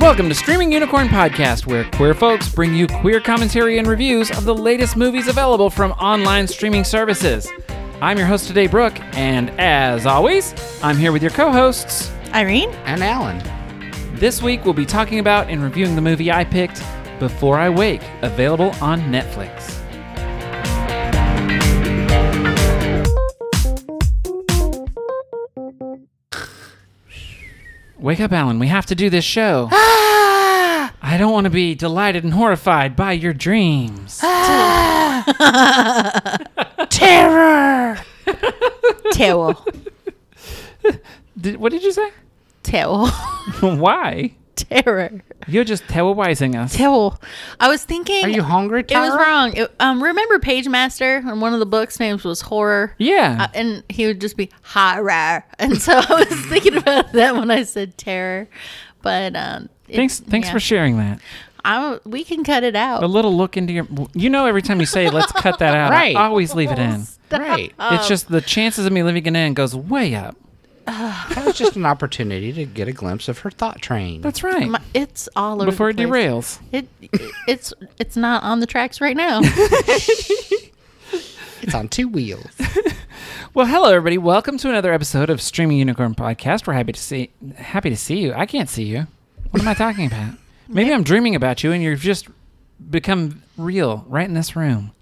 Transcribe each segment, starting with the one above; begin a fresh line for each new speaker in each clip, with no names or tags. Welcome to Streaming Unicorn Podcast, where queer folks bring you queer commentary and reviews of the latest movies available from online streaming services. I'm your host today, Brooke, and as always, I'm here with your co hosts.
Irene?
and Alan.
This week, we'll be talking about and reviewing the movie I picked, Before I Wake, available on Netflix. Wake up, Alan. We have to do this show.
Ah!
I don't want to be delighted and horrified by your dreams.
Ah! Terror! Terror.
Did, what did you say?
Terror.
Why?
Terror.
You're just terrorizing us.
Terror. I was thinking.
Are you hungry,
It was
Tara?
wrong. It- um, remember Page Master? And one of the book's names was Horror.
Yeah.
Uh, and he would just be horror. And so I was thinking about that when I said terror. But um, it-
thanks thanks
yeah.
for sharing that.
I, we can cut it out.
A little look into your. You know, every time you say, let's cut that out,
Right.
I always leave it in.
Right.
It's
Oh.
just the chances of me leaving it in goes way up.
That was just an opportunity to get a glimpse of her thought train.
That's right.
My- it's all over
Before it
the place.
derails.
It, it's it's not on the tracks right now.
it's on two wheels.
Well, hello everybody. Welcome to another episode of Streaming Unicorn Podcast. We're happy to see happy to see you. I can't see you. What am I talking about? Maybe I'm dreaming about you and you've just become real right in this room.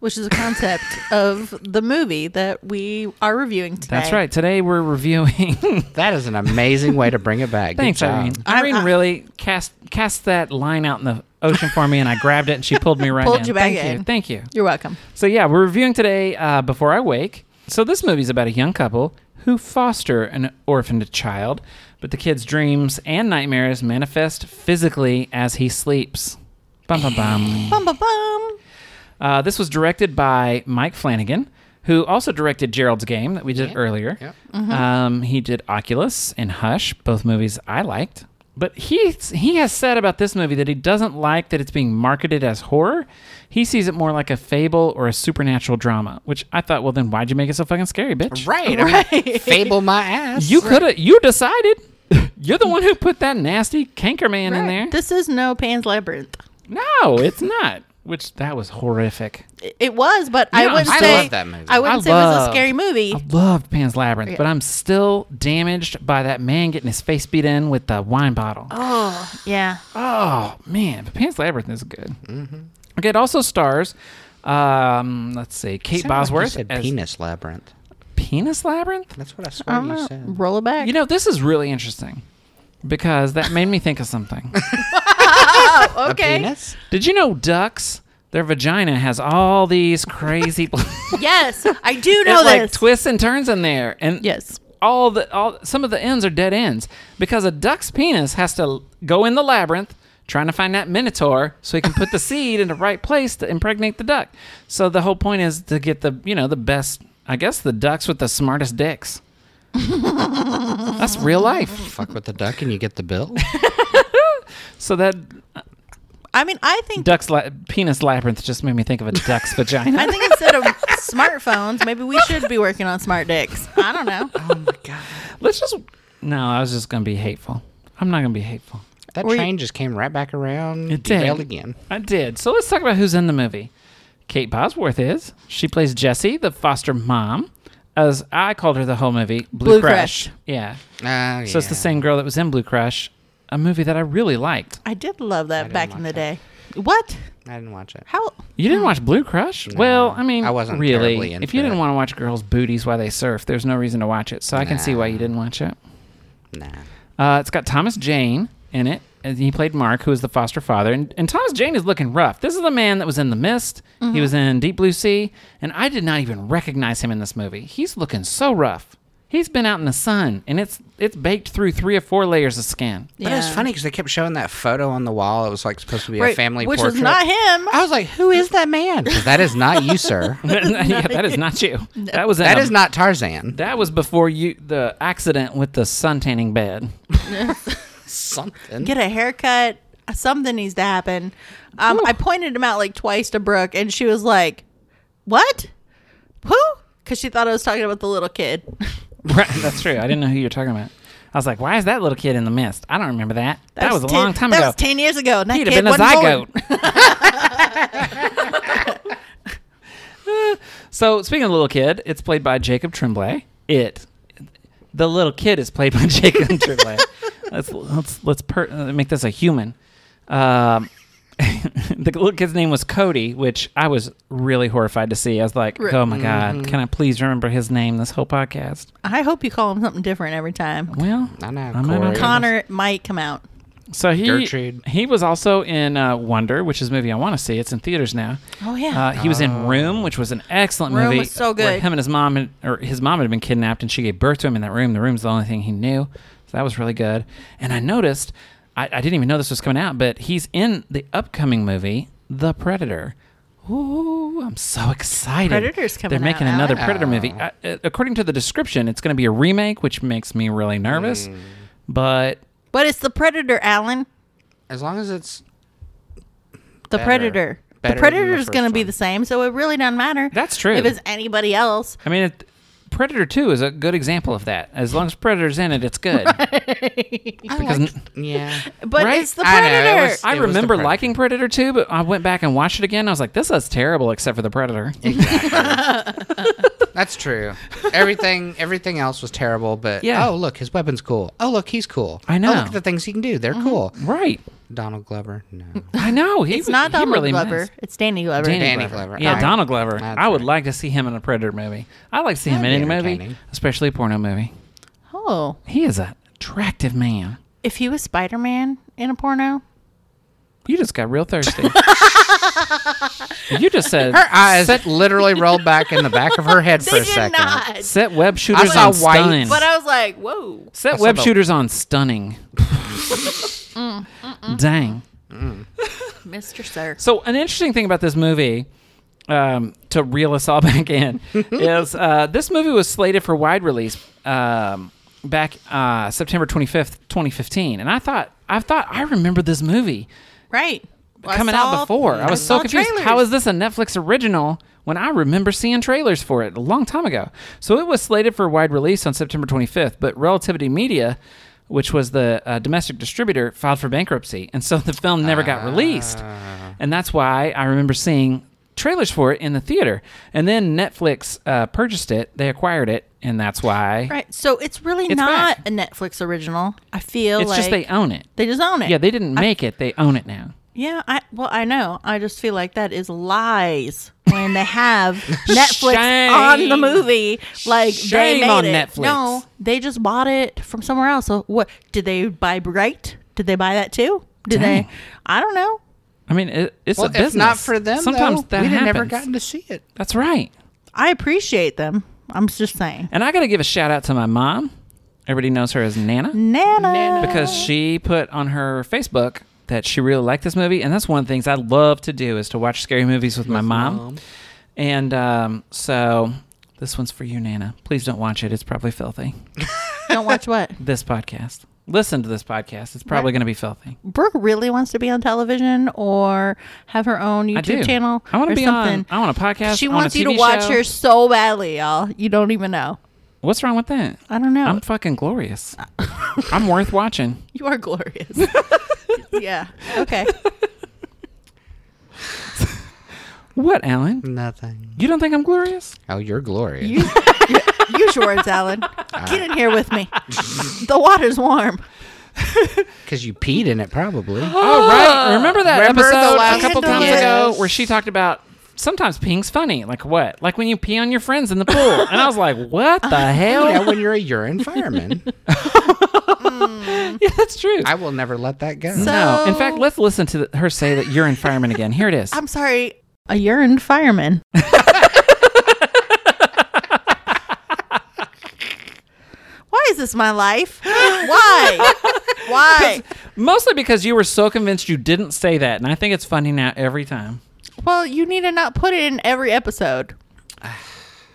which is a concept of the movie that we are reviewing today.
That's right. Today we're reviewing
That is an amazing way to bring it back. Good
Thanks,
job.
Irene.
I'm-
Irene
I-
really cast cast that line out in the ocean for me and I grabbed it and she pulled me right
Pulled
in.
you back
Thank you.
in.
Thank you.
You're welcome.
So yeah, we're reviewing today uh, Before I Wake. So this movie's about a young couple who foster an orphaned child, but the kid's dreams and nightmares manifest physically as he sleeps. Bum bum bum.
Bum bum bum.
Uh, this was directed by Mike Flanagan, who also directed Gerald's Game that we did
Yeah.
earlier.
Yep.
Um, he did Oculus and Hush, both movies I liked. But he he has said about this movie that he doesn't like that it's being marketed as horror. He sees it more like a fable or a supernatural drama, which I thought, well, then why'd you make it so fucking scary, bitch?
Right. I mean, Fable my ass.
You could have you decided. You're the one who put that nasty canker man in there.
This is no Pan's Labyrinth.
no, it's not. Which that was horrific.
It- It was, but I
Yeah,
wouldn't
I
say
love that movie.
I wouldn't
I
say it was
love-
a scary movie.
I loved Pan's Labyrinth,
Yeah.
but I'm still damaged by that man getting his face beat in with the wine bottle. Oh,
Oh, yeah.
man, but Pan's Labyrinth is good.
Mm-hmm.
Okay, it also stars, um, let's see, Kate
Sounded like you
Bosworth
said
as
penis labyrinth.
Penis Labyrinth.
That's what I
I
swear
don't
you
know.
said.
Roll it back.
You know, this is really interesting because that made me think of something.
oh,
A
okay.
penis?
Did you know ducks? Their vagina has all these crazy.
yes, I do
It
know
like
this.
twists and turns in there, and
yes.
all the all some of the ends are dead ends because a duck's penis has to l- go in the labyrinth trying to find that minotaur so he can put the seed in the right place to impregnate the duck. So the whole point is to get the you know the best I guess the ducks with the smartest dicks. That's real life.
Fuck with the duck and you get the bill.
So that
I mean, I think
duck's la- penis labyrinth just made me think of a duck's vagina.
I think instead of smartphones, maybe we should be working on smart dicks. I don't know.
Oh,
Let's just no, I was just gonna be hateful. I'm not gonna be hateful.
That
Were you-
train just came right back around.
It did.
derailed again.
I did. So let's talk about who's in the movie. Kate Bosworth is. She plays Jessie, the foster mom. As I called her the whole movie, Blue,
Blue
Crush.
Crush.
Yeah.
Oh,
So it's the same girl that was in Blue Crush, a movie that I really liked.
I did love that
didn't
back in the
like
day.
that.
What?
I didn't watch it.
How?
You didn't watch Blue Crush? well, I mean,
I wasn't
really.
terribly
If
into
you didn't
it.
want to watch girls' booties while they surf, there's no reason to watch it. So I can see why you didn't watch it.
Nah.
Uh, it's got Thomas Jane in it, and he played Mark, who is the foster father. And, and Thomas Jane is looking rough. This is the man that was in The Mist.
Mm-hmm.
He was in Deep Blue Sea, and I did not even recognize him in this movie. He's looking so rough. He's been out in the sun, and it's it's baked through three or four layers of skin.
But it was funny because they kept showing that photo on the wall. It was like supposed to be a
Right,
family
which
portrait.
was not him.
I was like, who is that man? Um, 'Cause that is not you, sir.
yeah, that is not you. That was in
That
a-
is not Tarzan.
That was before you the accident with the sun tanning bed.
Something.
get a haircut. Something needs to happen. Um, I pointed him out like twice to Brooke, and she was like, "What? Who?" Because she thought I was talking about the little kid.
Right, that's true. I didn't know who you're talking about. I was like, why is that little kid in the mist? I don't remember that. That, was, a
ten,
long time
that
ago.
was ten years ago. and that
He'd have
kid
been a
wasn't born.
zygote. so speaking of little kid, it's played by Jacob Tremblay. It, the little kid, is played by Jacob Tremblay. let's let's let's per, uh, make this a human. Um, the little kid's name was Cody, which I was really horrified to see. I was like,
Right.
"Oh my god, can I please remember his name this whole podcast?"
I hope you call him something different every time.
Well,
I know,
might not
Corey.
get
Connor might come out.
So he
Gertrude.
he was also in uh, Wonder, which is a movie I want to see. It's in theaters now.
Oh, yeah.
Uh, he was in Room, which was an excellent
Room
movie.
was so
Where
good.
him and his mom had, or his mom had been kidnapped, and she gave birth to him in that room. The room's the only thing he knew, so that was really good. And I noticed, I, I didn't even know this was coming out, but he's in the upcoming movie, The Predator. Ooh, I'm so excited!
Predator's coming
They're making
out,
another
Alex.
Predator movie. I, uh, according to the description, it's going to be a remake, which makes me really nervous.
Mm.
But
But it's the Predator, Alan.
As long as it's
The
Better.
Predator.
Better than
the
the
Predator's
first
going to be
one.
the same, so it really doesn't matter.
That's true.
If it's anybody else,
I mean, it, Predator Two is a good example of that. As long as Predator's in it, it's good. because
yeah,
but
Right?
it's the
I know, it
Predator.
was-
I
It the
remember
Predator.
liking Predator Two, but I went back and watched it again. I was like, this is terrible, except for the Predator.
that's true. Everything everything else was terrible, but
Yeah.
oh look, his weapon's cool. Oh look, he's cool.
I
Oh,
know.
look at the things he can do. They're
Mm-hmm.
cool.
right.
Donald Glover, no.
I know. He,
it's not
he
Donald
really
Glover.
missed.
It's Danny Glover.
Danny,
Danny
Glover.
Glover.
Yeah,
I-
Donald Glover.
That's
I would
right.
like to see him in a Predator movie. I like to see him in
That'd
any
be
movie,
entertaining.
especially a porno movie.
Oh,
He is an attractive man.
if he was Spider Man in a porno,
You just got real thirsty. you just said
Her eyes literally rolled back in the back of her head for
they
a
did
second.
not.
set web shooters
saw
on
white,
stun.
But uh, I was like, whoa.
Set
saw
web
the-
shooters on stunning.
Mm,
Dang.
Mr. Sir.
So an interesting thing about this movie, um, to reel us all back in, is uh, this movie was slated for wide release um, back uh, September twenty fifth, twenty fifteen, and I thought I thought I remember this movie
Right. Well, I
coming
saw-
out before. I was so
saw
confused.
trailers.
How is this a Netflix original when I remember seeing trailers for it a long time ago? So it was slated for wide release on September 25th, but Relativity Media, which was the uh, domestic distributor, filed for bankruptcy, and so the film never got released. And that's why I remember seeing trailers for it in the theater. And then Netflix uh, purchased it; they acquired it, and that's why
Right. So it's really
It's
not
back.
a Netflix original. I feel
it's
like
just they own it.
they just own it.
Yeah, they didn't make it; they own it now.
Yeah, I well, I know. I just feel like that is lies when they have Netflix
Shame.
on the movie. Like
Shame
they made
on
it.
Netflix.
No, they just bought it from somewhere else. So what did they buy? Bright? Did they buy that too? Did
Dang.
they? I don't know.
I mean, it, it's
Well,
a business.
if not for them,
sometimes
though,
that
we'd have
happens.
never gotten to see it.
That's right.
I appreciate them. I'm just saying,
And I got to give a shout out to my mom. Everybody knows her as Nana
Nana.
because she put on her Facebook that she really liked this movie, and that's one of the things I love to do is to watch scary movies with my mom. And um, so this one's for you, Nana. Please don't watch it; it's probably filthy.
don't watch what
This podcast. Listen to this podcast; it's probably going to be filthy.
Brooke really wants to be on television or have her own YouTube
I do.
channel.
I want
or
to be
something.
on. I want a podcast.
She
I want
wants
a
you to
TV
watch
show.
her so badly, y'all. You don't even know.
What's wrong with that?
I don't know.
I'm fucking glorious. I'm worth watching.
You are glorious. yeah. Okay.
What, Alan?
Nothing.
You don't think I'm glorious?
Oh, you're glorious.
You, use your words, Alan. Get in here with me. The water's warm.
Because you peed in it, probably.
Oh right, remember that
Remember the
episode a
last
couple
episode?
times ago
Yes.
where she talked about sometimes peeing's funny. Like what? Like when you pee on your friends in the pool. and I was like, what the hell?
yeah, when you're a urine fireman,
yeah, that's true.
I will never let that go.
no, in
So-
fact, let's listen to the- her say that you're in fireman again. Here it is.
I'm sorry. A urine fireman. Why is this my life? Why? Why?
Mostly because you were so convinced you didn't say that, and I think it's funny now every time.
Well, you need to not put it in every episode.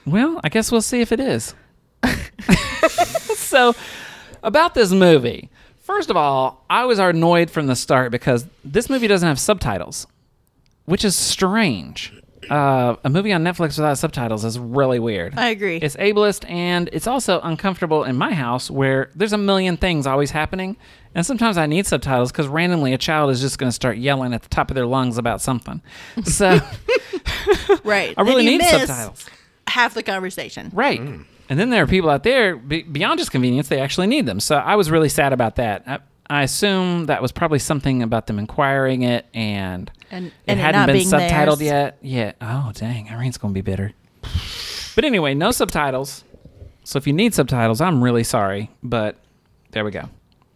Well, I guess we'll see if it is. so, about this movie, first of all, I was annoyed from the start because this movie doesn't have subtitles, which is strange. uh, a movie on Netflix without subtitles is really weird.
I agree.
It's ableist and it's also uncomfortable in my house where there's a million things always happening. And sometimes I need subtitles because randomly a child is just going to start yelling at the top of their lungs about something. So
right.
I really
Then you
need
miss
subtitles.
Half the conversation.
Right. And then there are people out there, be- beyond just convenience, they actually need them. So I was really sad about that. I, I assume that was probably something about them inquiring it and,
And-
it
and it
hadn't
not
been
being
subtitled
theirs.
yet. Yeah. Oh, dang. Irene's going to be bitter. But anyway, no subtitles. So if you need subtitles, I'm really sorry. But there we go.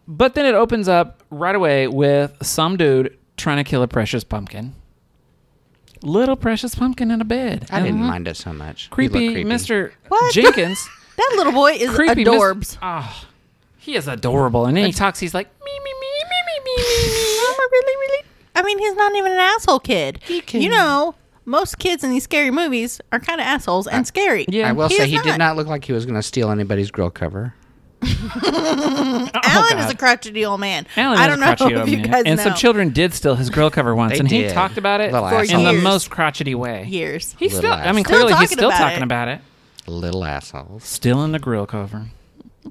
But then it opens up right away with some dude trying to kill a precious pumpkin. Little precious pumpkin in a bed.
I didn't
uh-huh.
Mhm.
mind it so much. He looked
Creepy,
creepy.
Mr.
What?
Jenkins.
That little boy is
creepy Mis-
adorbs.
Ah, he is adorable. And then he talks. He's like me, me, me, me, me, me, me,
Mama, really, really? I mean, he's not even an asshole kid. You know, most kids in these scary movies are kind of assholes and scary.
me. Uh, Yeah,
I will
He
say
is
he did
not.
not look like he was going to steal anybody's grill cover.
Oh,
Alan is
God.
a crotchety old man.
Alan
I
is
don't
a crotchety
know if
old
you
man.
guys
and
know.
some children did steal his grill cover once,
They
and he
did.
talked about it
Little
For
in the
years.
most crotchety way.
years.
He
Little
still, I mean,
ass.
Still
clearly he's
talking
still
about
talking
it.
about it.
Little assholes
Still in the grill cover.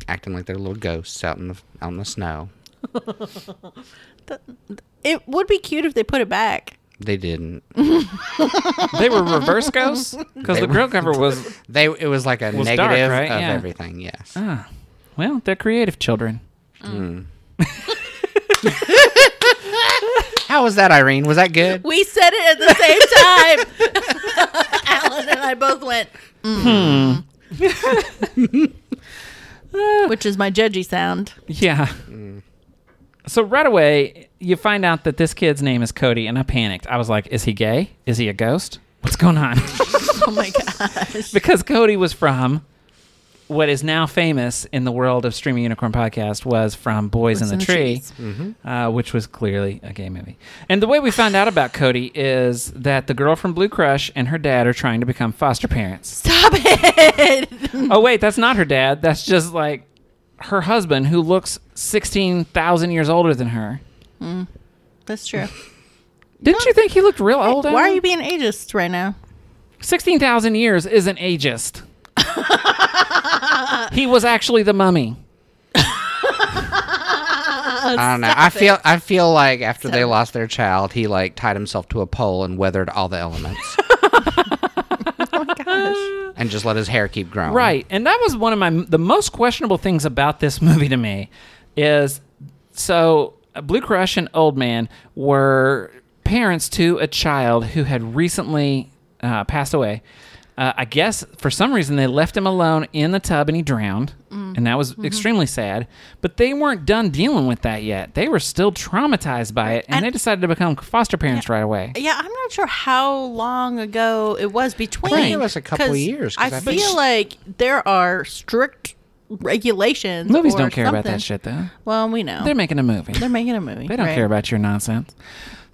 acting like they're little ghosts out in the out in the snow.
It would be cute if they put it back.
They didn't.
They were reverse ghosts because
They
the
were-
grill cover was.
They it was like a
was dark,
negative
right?
of
Yeah.
everything. Yes. Mm.
Ah, well, they're creative children.
Uh-uh.
How was that, Irene? Was that good?
We said it at the same time. Alan and I both went, mm. which is my judgy sound.
Yeah. So right away, you find out that this kid's name is Cody, and I panicked. I was like, "Is he gay? Is he a ghost? What's going on?"
Oh my gosh.
because Cody was from what is now famous in the world of streaming unicorn podcast was from Boys in the, Tree,
Trees.
uh, which was clearly a gay movie. And the way we found out about Cody is that the girl from Blue Crush and her dad are trying to become foster parents.
Stop it.
oh wait, that's not her dad. That's just like her husband who looks sixteen thousand years older than her.
That's true.
Didn't you think he looked real old?
Oh, Why are
Adam?
you being ageist right now?
Sixteen thousand years is an ageist. he was actually the mummy.
I don't know. I feel I feel like after they lost their child, he like tied himself to a pole and weathered all the elements
Oh Gosh.
and just let his hair keep growing.
Right, and that was one of my the most questionable things about this movie to me is so uh, Blue Crush and Old Man were parents to a child who had recently uh, passed away. Uh, I guess for some reason they left him alone in the tub and he drowned,
Mm.
and that was
Mm-hmm.
extremely sad. But they weren't done dealing with that yet; they were still traumatized by it, and,
And-
they decided to become foster parents right away.
Yeah, I'm not sure how long ago it was between.
it was a couple
'cause
years, 'cause
I
I
feel
think-
like there are strict regulations.
Movies
or
don't care about that
something.
shit, though.
Well, we know.
They're
They're,
making a movie.
making a movie.
They don't care about your nonsense.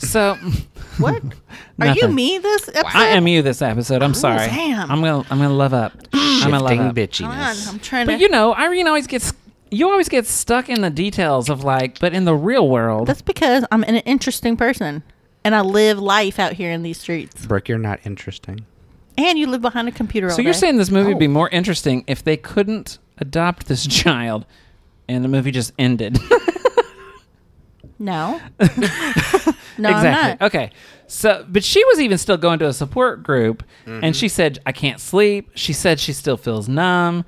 So
What? Are you Oh,
Nothing.
me this episode?
I am you this episode. I'm sorry.
damn.
I'm gonna I'm gonna love up. I'm
Shifting
gonna love up.
Come on,
bitchiness.
I'm trying
But
to.
you know, Irene always gets you always get stuck in the details of like, but in the real world,
That's because I'm an interesting person, and I live life out here in these streets.
Brooke, you're not interesting.
And you live behind a computer. all
so you're
day.
saying this movie
eh?
would be
Oh.
more interesting if they couldn't adopt this child, and the movie just ended.
no? no, I'm not.
exactly. Okay. So, but she was even still going to a support group, and
Mm-hmm.
she said, "I can't sleep." She said she still feels numb.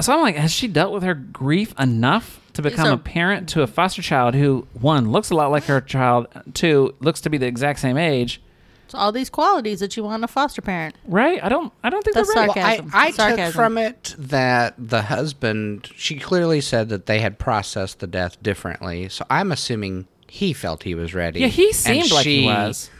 So I'm like, has she dealt with her grief enough to become
are-
a parent to a foster child who one looks a lot like her child, two looks to be the exact same age,
It's all these qualities that you want in a foster parent.
right? I don't, I don't think
That's
they're right.
sarcasm.
I, I took
Sarcasm.
from it that the husband, she clearly said that they had processed the death differently. So I'm assuming he felt he was ready.
Yeah, he
and
seemed like he
she
was.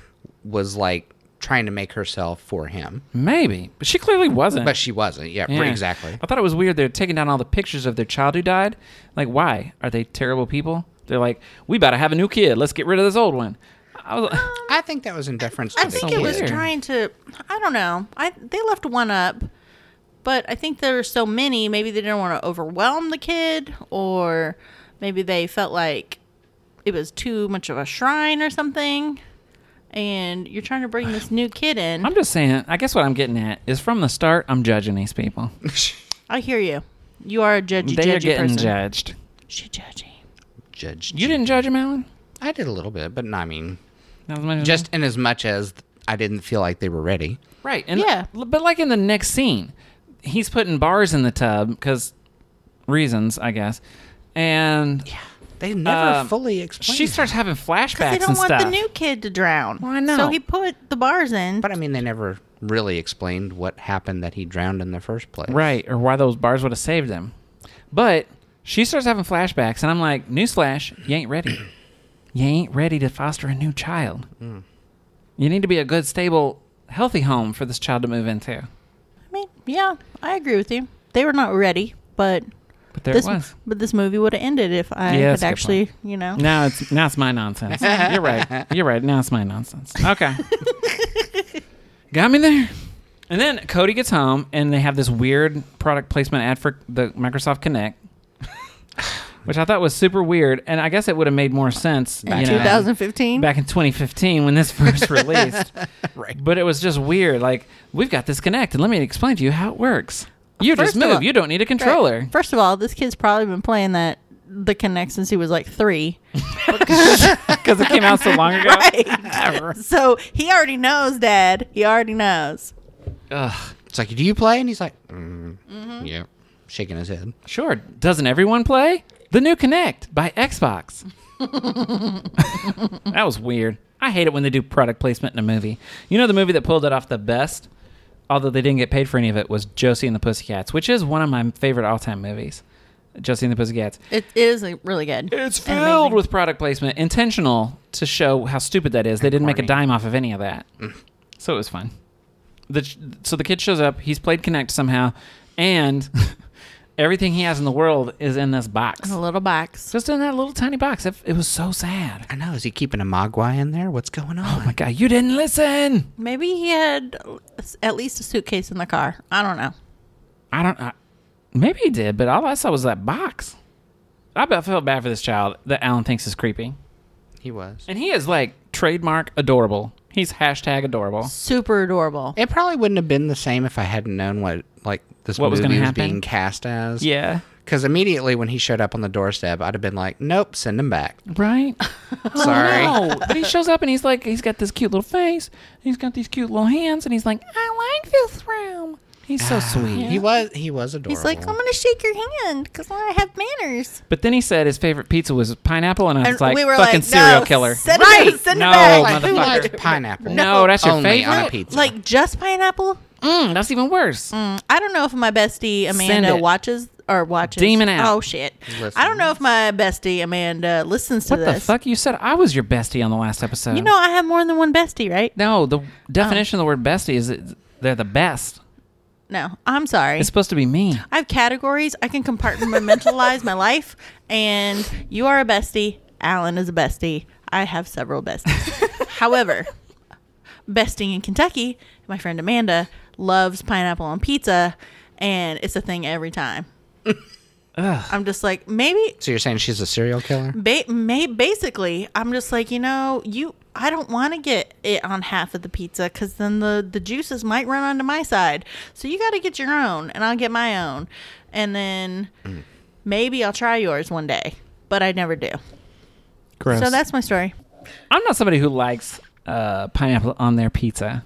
was like trying to make herself for him,
Maybe, but she clearly wasn't.
but she wasn't. Yeah,
Yeah.
exactly.
I thought it was weird. They're taking down all the pictures of their child who died. Like, why are they terrible people? They're like, we about to have a new kid. Let's get rid of this old one. I was like,
Um.
I think that was in deference. to
I
the
think
so
it was
weird.
trying to. I don't know. I they left one up, but I think there were so many. Maybe they didn't want to overwhelm the kid, or maybe they felt like it was too much of a shrine or something. and you're trying to bring this new kid in.
I'm just saying. I guess what I'm getting at is from the start, I'm judging these people.
I hear you. You are a judgy,
They're
judgy
getting
person.
judged.
She judgy.
Judge.
You didn't Mm-hmm. judge him, Alan.
I did a little bit, but no, I mean,
Not as much as
just in as much as I didn't feel like they were ready.
Right. And
Yeah.
l- But like in the next scene, he's putting bars in the tub because reasons, I guess. And
They never
Um,
fully explained.
she starts having flashbacks
They don't
and
want
stuff.
the new kid to drown.
Well, I know.
So he put the bars in.
But I mean, they never really explained what happened that he drowned in the first place.
right. Or why those bars would have saved him. But she starts having flashbacks, and I'm like, newsflash, you ain't ready. you ain't ready to foster a new child. You need to be a good, stable, healthy home for this child to move into.
I mean, yeah, I agree with you. They were not ready, but
But there
this
it was.
but this movie would have ended if I
Yeah, that's
had
a good
actually, you know.
Now it's now it's my nonsense. You're right. You're right. Now it's my nonsense. Okay. Got me there. And then Cody gets home and they have this weird product placement ad for the Microsoft Connect. Which I thought was super weird, and I guess it would have made more sense, you know,
2015.
back in 2015 when this first released.
Right.
But it was just weird. Like we've got this Connect, and let me explain to you how it works. You
Uh, First
just
of
move.
all-
you don't need a controller.
Right. First of all, this kid's probably been playing that the Kinect since he was like three.
because it came out so long ago.
Right. so he already knows, Dad. He already knows.
Ugh.
It's like, do you play? And he's like, mm,
Mm-hmm.
yeah, shaking his head.
Sure. Doesn't everyone play? The new Connect by Xbox. that was weird. I hate it when they do product placement in a movie. You know the movie that pulled it off the best, although they didn't get paid for any of it, was Josie and the Pussycats, which is one of my favorite all-time movies. Josie and the Pussycats.
It is like, really good.
It's
And
filled
amazing.
with product placement, intentional to show how stupid that is. They didn't make a dime off of any of that, so it was fun. The ch- so the kid shows up. He's played Connect somehow, and everything he has in the world is in this box,
a little box.
just in that little tiny box. It, it was so sad.
I know. Is he keeping a mogwai in there? What's going
Oh
on?
my god, you didn't listen.
Maybe he had at least a suitcase in the car. I don't know.
I don't. I, maybe he did, but all I saw was that box. I bet- felt bad for this child that Alan thinks is creepy,
he was.
and he is like trademark adorable. He's hashtag adorable.
Super adorable.
It probably wouldn't have been the same if I hadn't known what like this
What was
movie
gonna
was
happen?
being cast as.
Yeah.
Because immediately when he showed up on the doorstep, I'd have been like, nope, send him back.
Right?
Sorry.
Oh, No, but he shows up and he's like, he's got this cute little face, and he's got these cute little hands, and he's like, I like this room. He's so sweet.
He was. He was adorable.
He's like, I'm gonna shake your hand because I have manners.
But then he said his favorite pizza was pineapple, and I was
And
like,
we were
fucking
like,
serial
"No,
killer.
Send
Right.
it, send
No,
it
my-
back.
like, who
motherfucker.
likes Oh, pineapple?
No, that's your
Only on a
favorite.
pizza.
like just pineapple.
Mm, that's even worse.
Mm, I don't know if my bestie Amanda
it.
watches or watches.
Demon out.
Oh shit!
Listens.
I don't know if my bestie Amanda listens to
what
this.
the fuck? You said I was your bestie on the last episode.
You know I have more than one bestie, right?
no, the definition of the word bestie is that they're the best.
No, I'm sorry.
It's supposed to be me.
I have categories. I can compartmentalize my life. And you are a bestie. Alan is a bestie. I have several besties. However, besting in Kentucky, my friend Amanda loves pineapple on pizza, and it's a thing every time. I'm just like maybe,
so you're saying she's a serial killer?
ba- may- basically, I'm just like you know you. I don't want to get it on half of the pizza because then the the juices might run onto my side. So you got to get your own, and I'll get my own, and then
Mm.
maybe I'll try yours one day. But I never do.
Gross.
So that's my story.
I'm not somebody who likes uh, pineapple on their pizza.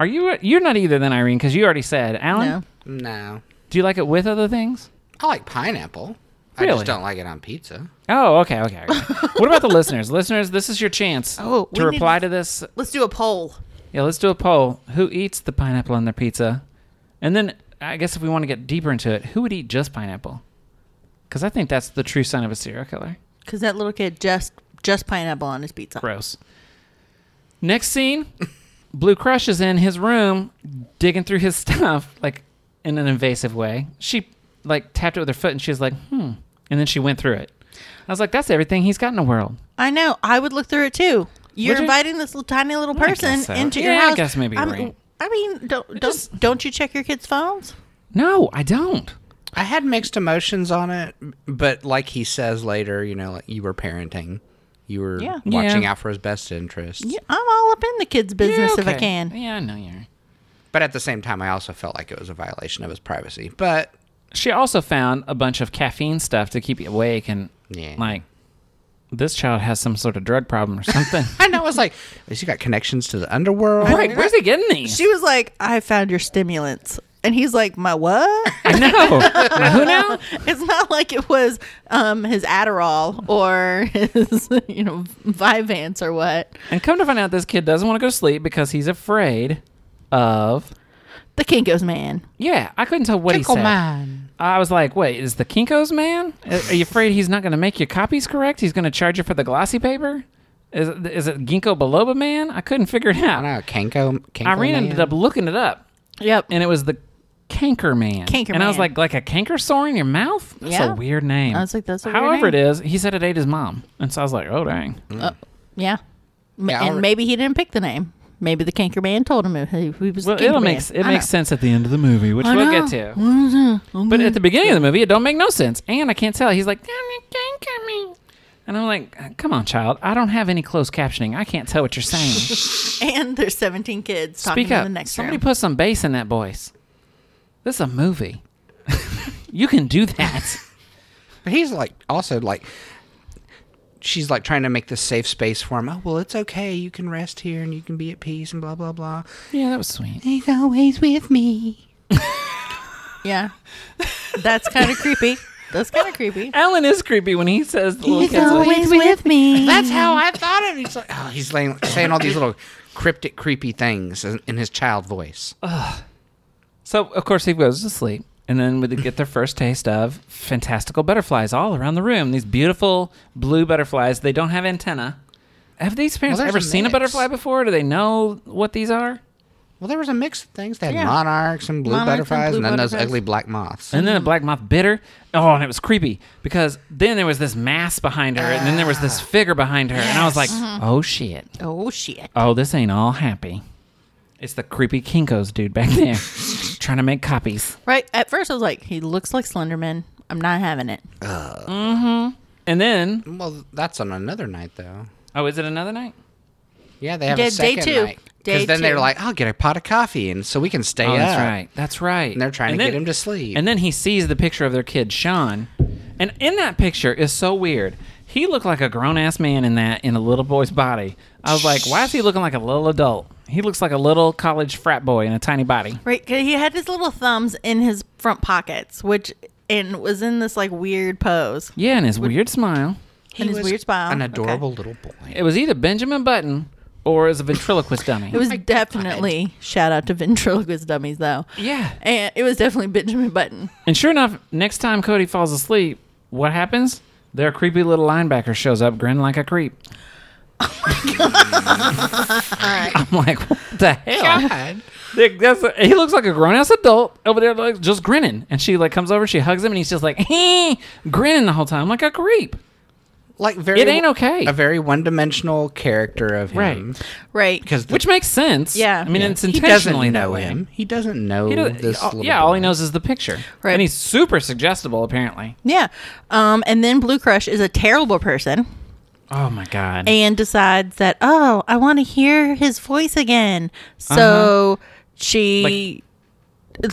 Are you? You're not either, then Irene, because you already said Alan.
No.
No.
Do you like it with other things?
I like pineapple. I
Really?
just don't like it on pizza.
Oh, okay, okay. okay. what about the listeners? Listeners, this is your chance
Oh, we
to
need
reply
to-
to this.
Let's do a poll.
Yeah, let's do a poll. Who eats the pineapple on their pizza? And then I guess if we want to get deeper into it, who would eat just pineapple? Because I think that's the true sign of a serial killer.
Cause that little kid just just pineapple on his pizza.
Gross. Next scene, Blue Crush is in his room digging through his stuff like in an invasive way. She like tapped it with her foot and she was like, hmm. And then she went through it. I was like, that's everything he's got in the world.
I know. I would look through it too. You're
you?
inviting this little tiny little
I guess
person
so.
into
Yeah,
your
I
house.
guess maybe you're
I'm-
right.
I mean, don't don't
just-
don't you check your kids' phones?
No, I don't.
I had mixed emotions on it, but like he says later, you know, like you were parenting, you were
Yeah.
watching
Yeah.
out for his best interests.
Yeah, I'm all up step in the kid's business if I
okay.
can.
Yeah, I know you're.
But at the same time, I also felt like it was a violation of his privacy. But
She also found a bunch of caffeine stuff to keep you awake and
Yeah.
like this child has some sort of drug problem or something.
I know it's like, at least you got connections to the underworld.
right, where's he getting these?
She was like, I found your stimulants. And he's like, My what?
I know. Now, who now?
it's not like it was um, his Adderall or his, you know, Vyvanse or what.
And come to find out, this kid doesn't want to go to sleep because he's afraid of.
The Kinko's man.
Yeah, I couldn't tell what
Tickle
he said.
man.
I was like, wait, is the Kinko's man? Are are you afraid he's not going to make your copies correct? He's going to charge you for the glossy paper? Is it, is it Ginkgo biloba man? I couldn't figure it
I
out.
don't know, Kanko. Kanko
Irene
man?
ended up looking it up,
Yep.
and it was the Canker Man.
Canker
and I was
Man.
like, like a canker sore in your mouth? That's
Yeah.
a weird name.
I was like, that's a weird
However,
name.
it is, he said it ate his mom. And so I was like, oh, dang.
yeah. M-
Yeah, I'll
and
re-
maybe he didn't pick the name. Maybe the Kinker man told him he, he was
Well,
the Kinker
it'll
man.
makes it makes sense at the end of the movie, which
I
we'll
know. Mm.
get to. But at the beginning of the movie, it don't make no sense, and I can't tell. He's like, "I'm a ganker man." and I'm like, "Come on, child! I don't have any closed captioning. I can't tell what you're saying.
And there's 17 kids
Speak
talking in
up!
the next
Somebody
room.
put some bass in that voice. This is a movie. you can do that.
But he's like, also like, she's like trying to make this safe space for him. Oh, well, it's okay. You can rest here and you can be at peace and blah, blah, blah.
yeah, that was sweet.
He's always with me.
yeah. That's kind of creepy. That's kind of creepy.
Alan is creepy when he says the little kids. like-
with me.
That's how I thought it. He's like, oh, he's laying, saying all these little cryptic, creepy things in, in his child voice.
Uh, So of course he goes to sleep, and then we get their first taste of fantastical butterflies all around the room. These beautiful blue butterflies. They don't have antenna. Have these parents
Well, there's
ever
a
seen a
mix.
butterfly before? Do they know what these are?
Well, there was a mix of things. They had
Yeah.
monarchs and blue
Monarchs and
butterflies, and,
blue
then those
butterflies.
ugly black moths.
And then a black moth bit her. Oh, and it was creepy because then there was this mass behind her, and then there was this
Ah.
figure behind her, and I was like,
Mm-hmm.
"Oh shit!
Oh, shit.
Oh, this ain't all happy." It's the creepy Kinkos dude back there, trying to make copies.
Right. At first, I was like, he looks like Slenderman. I'm not having it.
And then,
well, that's on another night, though.
oh, is it another night?
Yeah, they have
Yeah,
a
day
second
two.
night.
Day
Because then they're
two.
like, I'll get a pot of coffee, and so we can stay
Oh,
up.
that's right. That's right.
And they're trying to
then-
get him to sleep.
And then he sees the picture of their kid, Sean. And in that picture is so weird. He looked like a grown ass man in that in a little boy's body. I was like, why is he looking like a little adult? He looks like a little college frat boy in a tiny body.
Right. 'cause he had his little thumbs in his front pockets, which, and was in this like weird pose.
Yeah, and his weird smile.
he
and his
was
weird smile.
An
Okay.
adorable little boy.
It was either Benjamin Button or as a ventriloquist dummy.
It was definitely, shout out to ventriloquist dummies, though.
yeah.
And it was definitely Benjamin Button.
And sure enough, next time Cody falls asleep, what happens? Their creepy little linebacker shows up grinning like a creep. I'm like, what the hell?
God.
Like, that's he looks like a grown ass adult over there, like just grinning. And she like comes over, she hugs him, and he's just like grinning the whole time, like a creep.
Like very
It ain't okay.
A very one dimensional character of him.
Right.
Right.
Because the-
Which makes sense.
Yeah.
I mean,
Yeah.
it's
he doesn't
intentionally that
know
way.
him. He doesn't know
He does,
this
all-
little
yeah, all he
boy.
knows is the picture.
Right.
And he's super suggestible, apparently.
Yeah. Um, and then Blue Crush is a terrible person
Oh my god.
and decides that, oh, I want to hear his voice again. So
Uh-huh.
she.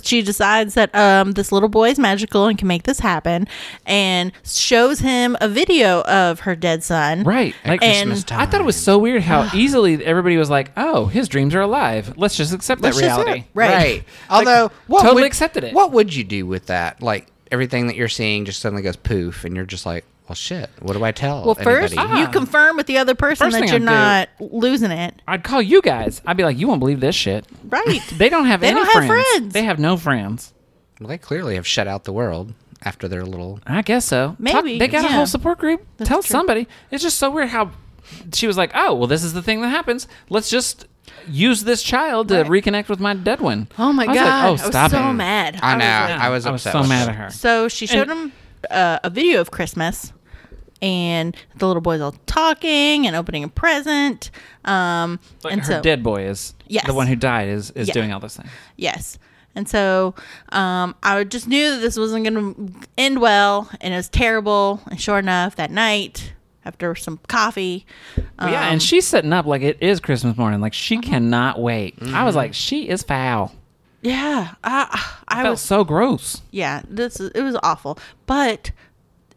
she decides that um, this little boy is magical and can make this happen and shows him a video of her dead son.
right. Like
and
Christmas time.
I thought it was so weird how easily everybody was like, "Oh, his dreams are alive. Let's just accept that
That's just it.
reality."
Right.
Right. Although, what
totally
would-
accepted it.
What would you do with that? Like everything that you're seeing just suddenly goes poof, and you're just like, well, shit. What do I tell?
Well, first,
anybody?
Ah.
you confirm with the other person
First thing
that you're
I'd do-
not losing it.
I'd call you guys. I'd be like, "You won't believe this shit."
Right.
They don't have
They
any
don't have
friends.
friends.
They have no friends.
Well, they clearly have shut out the world after their little.
I guess so. Talk-
Maybe,
they got a
yeah.
whole support group.
That's
Tell
true.
somebody. It's just so weird how she was like, "Oh, well, this is the thing that happens. Let's just use this child to reconnect with my dead one."
Oh my
I was like,
god!
oh, stop
I was so
it.
mad.
I know.
was like-
I was
I was
upset.
so
with
mad
it.
at her.
so she showed
And-
him uh, a video of Christmas, and the little boy's all talking and opening a present. Um,
Like,
and
her
so
dead boy is
Yes.
the one who died is is
Yeah.
doing all those things.
yes, and so um, I just knew that this wasn't going to end well, and it was terrible. And sure enough, that night. after some coffee. um,
Well, yeah, and she's setting up like it is Christmas morning. Like she
Uh-huh.
cannot wait. I
Mm-hmm.
was like, she is foul.
Yeah, I, I,
I
I
felt
was.
so gross.
Yeah, this is, it was awful, but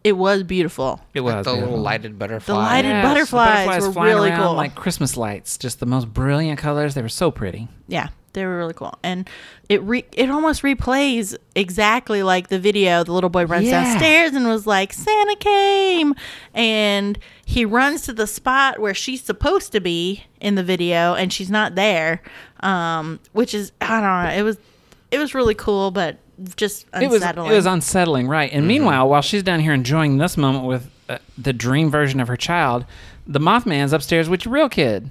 it was beautiful.
It
Like the little lighted butterfly.
lighted-
Yes, the
butterflies were
flying
really
around
cool.
Like Christmas lights, just the most brilliant colors. They were so pretty.
Yeah, they were really cool, and it re- it almost replays exactly like the video. The little boy runs
Yeah.
downstairs and was like, "Santa came," and he runs to the spot where she's supposed to be in the video, and she's not there. Um, which is I don't know. It was it was really cool, but just
It was
unsettling. Mm-hmm.
it was unsettling, right? And meanwhile, while she's down here enjoying this moment with uh, the dream version of her child, the Mothman's upstairs with your real kid.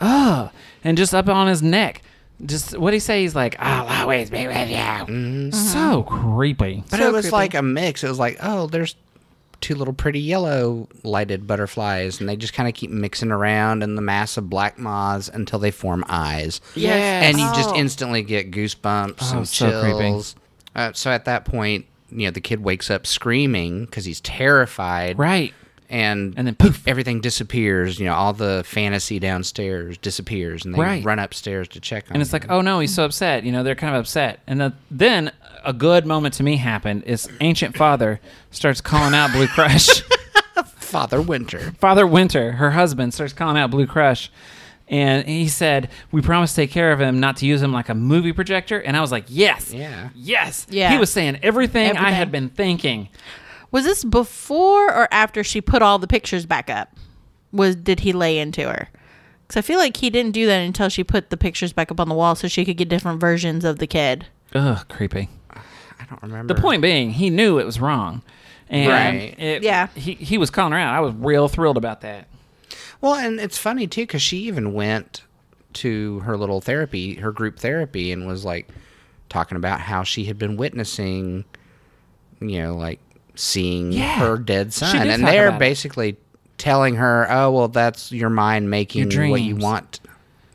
Ugh, and just up on his neck. Just what he say? He's like, "I'll always be with you." So creepy.
but
Mm-hmm. so
it was
creepy.
like a mix. It was like, oh, there's two little pretty yellow lighted butterflies, and they just kind of keep mixing around in the mass of black moths until they form eyes.
Yes.
and you just
Oh.
instantly get goosebumps and
Oh, so creepy.
chills. Uh, so at that point, you know, the kid wakes up screaming because he's terrified,
Right.
And
And then poof.
everything disappears. You know, all the fantasy downstairs disappears, and they
Right.
run upstairs to check on.
And it's like, oh no, he's so upset. You know, they're kind of upset. And the, then a good moment to me happened is Ancient Father starts calling out Blue Crush.
Father Winter.
Father Winter, her husband, starts calling out Blue Crush. And he said, We promised to take care of him, not to use him like a movie projector. And I was like, Yes.
Yeah.
Yes.
Yeah.
He was saying everything, I
Everything.
had been thinking.
Was this before or after she put all the pictures back up? Was did he lay into her? Because I feel like he didn't do that until she put the pictures back up on the wall so she could get different versions of the kid.
Ugh, creepy.
I don't remember
The point being, he knew it was wrong. And
Right.
it-
Yeah.
he, he was calling her out. I was real thrilled about that.
Well, and it's funny too because she even went to her little therapy, her group therapy, and was like talking about how she had been witnessing, you know, like seeing
Yeah.
her dead son,
did
and
talk
they're
about it.
basically telling her, "Oh, well, that's your mind making
Your
what you
dreams.
want."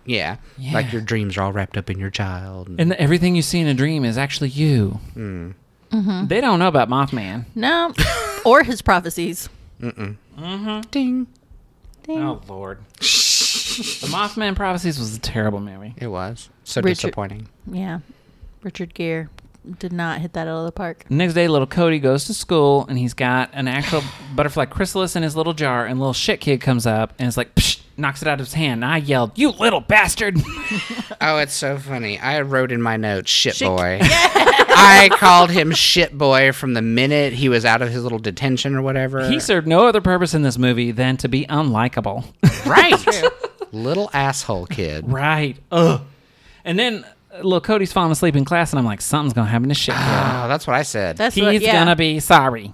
Yeah.
Yeah.
like your dreams are all wrapped up in your child.
And the, everything you see in a dream is actually you. They don't know about Mothman.
No, or his prophecies.
Ding.
Oh, Lord. the Mothman Prophecies was a terrible movie.
It was so
Richard-
disappointing.
Yeah, Richard Gere did not hit that out of the park.
Next day, little Cody goes to school and he's got an actual butterfly chrysalis in his little jar. And little shit kid comes up and it's like, Psh, knocks it out of his hand. And I yelled, "You little bastard!"
Oh, it's so funny. I wrote in my notes, shit boy. I called him shit boy from the minute he was out of his little detention or whatever.
he served no other purpose in this movie than to be unlikable.
right. little asshole kid.
right. Ugh. And then uh, little Cody's falling asleep in class, and I'm like, something's gonna happen to shit kid.
Oh, that's what I said.
That's what,
He's
yeah.
gonna be sorry.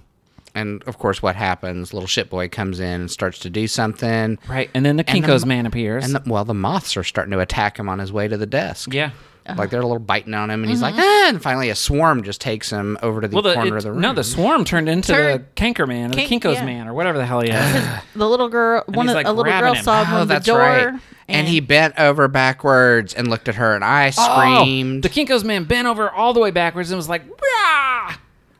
and of course, what happens? Little shit boy comes in and starts to do something.
Right. And then the
And the
Kinko's
mo-
man appears.
And the, well, the moths are starting to attack him on his way to the desk.
yeah. Mm-hmm.
Like they're a little biting on him, and he's like, ah, and finally a swarm just takes him over to the
Well, the,
corner
it-
of the room.
no, the swarm turned into
Turned-
the Kanker man, or
Kink-
the Kinko's
yeah.
man, or whatever the hell he is.
the little girl. One
he's,
of,
like,
a little
grabbing
girl
him.
saw him
Oh,
on the
that's
door,
right. And, he bent over backwards and looked at her, and I screamed.
Oh, The Kinko's man bent over all the way backwards and was like, Rah!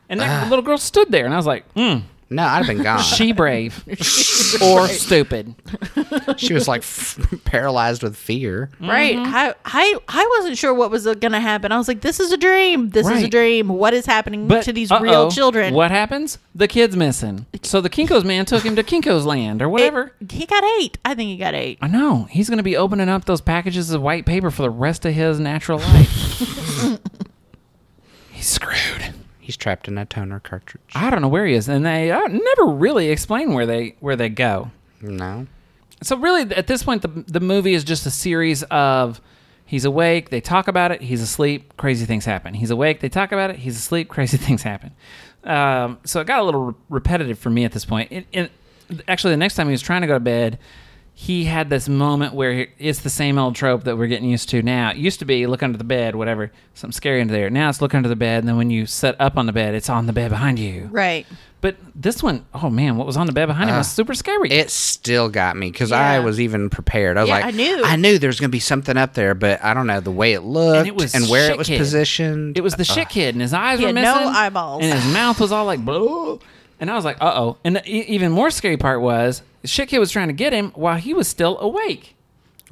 and that little girl stood there, and I was like, mm,
no, I'd have been gone. she,
she brave or stupid.
was like f- paralyzed with fear.
Right.
Mm-hmm.
I, I I wasn't sure what was going to happen. I was like, this is a dream. This is a
Right.
dream. What is happening
But
to these
uh-oh,
real children?
What happens? The kid's missing. So the Kinko's man took him to Kinko's land or
It-
whatever.
he got eight. I think he got eight.
I know he's gonna be opening up those packages of white paper for the rest of his natural life. he's screwed.
He's trapped in a toner cartridge.
I don't know where he is, and they uh, never really explain where they where they go.
No.
so really at this point the, the movie is just a series of he's awake they talk about it he's asleep crazy things happen he's awake they talk about it he's asleep crazy things happen um, so it got a little re- repetitive for me at this point it, it, actually the next time he was trying to go to bed he had this moment where he- it's the same old trope that we're getting used to now. It used to be look under the bed, whatever, something scary under there. Now it's look under the bed, and then when you set up on the bed, it's on the bed behind you.
Right.
But this one, oh man, what was on the bed behind him was super scary.
Ah. It still got me because I
Yeah.
was even prepared. I was
Yeah,
like,
I knew.
I knew there was going to be something up there, but I don't know the way it looked and,
it was
where
shit
it was
kid.
positioned. Uh-uh.
It was the shit kid, and his eyes
He
were
had
missing.
no eyeballs.
and his mouth was all like, "Blah." And I was like, uh oh. And the e- even more scary part was, the shit kid was trying to get him while he was still awake.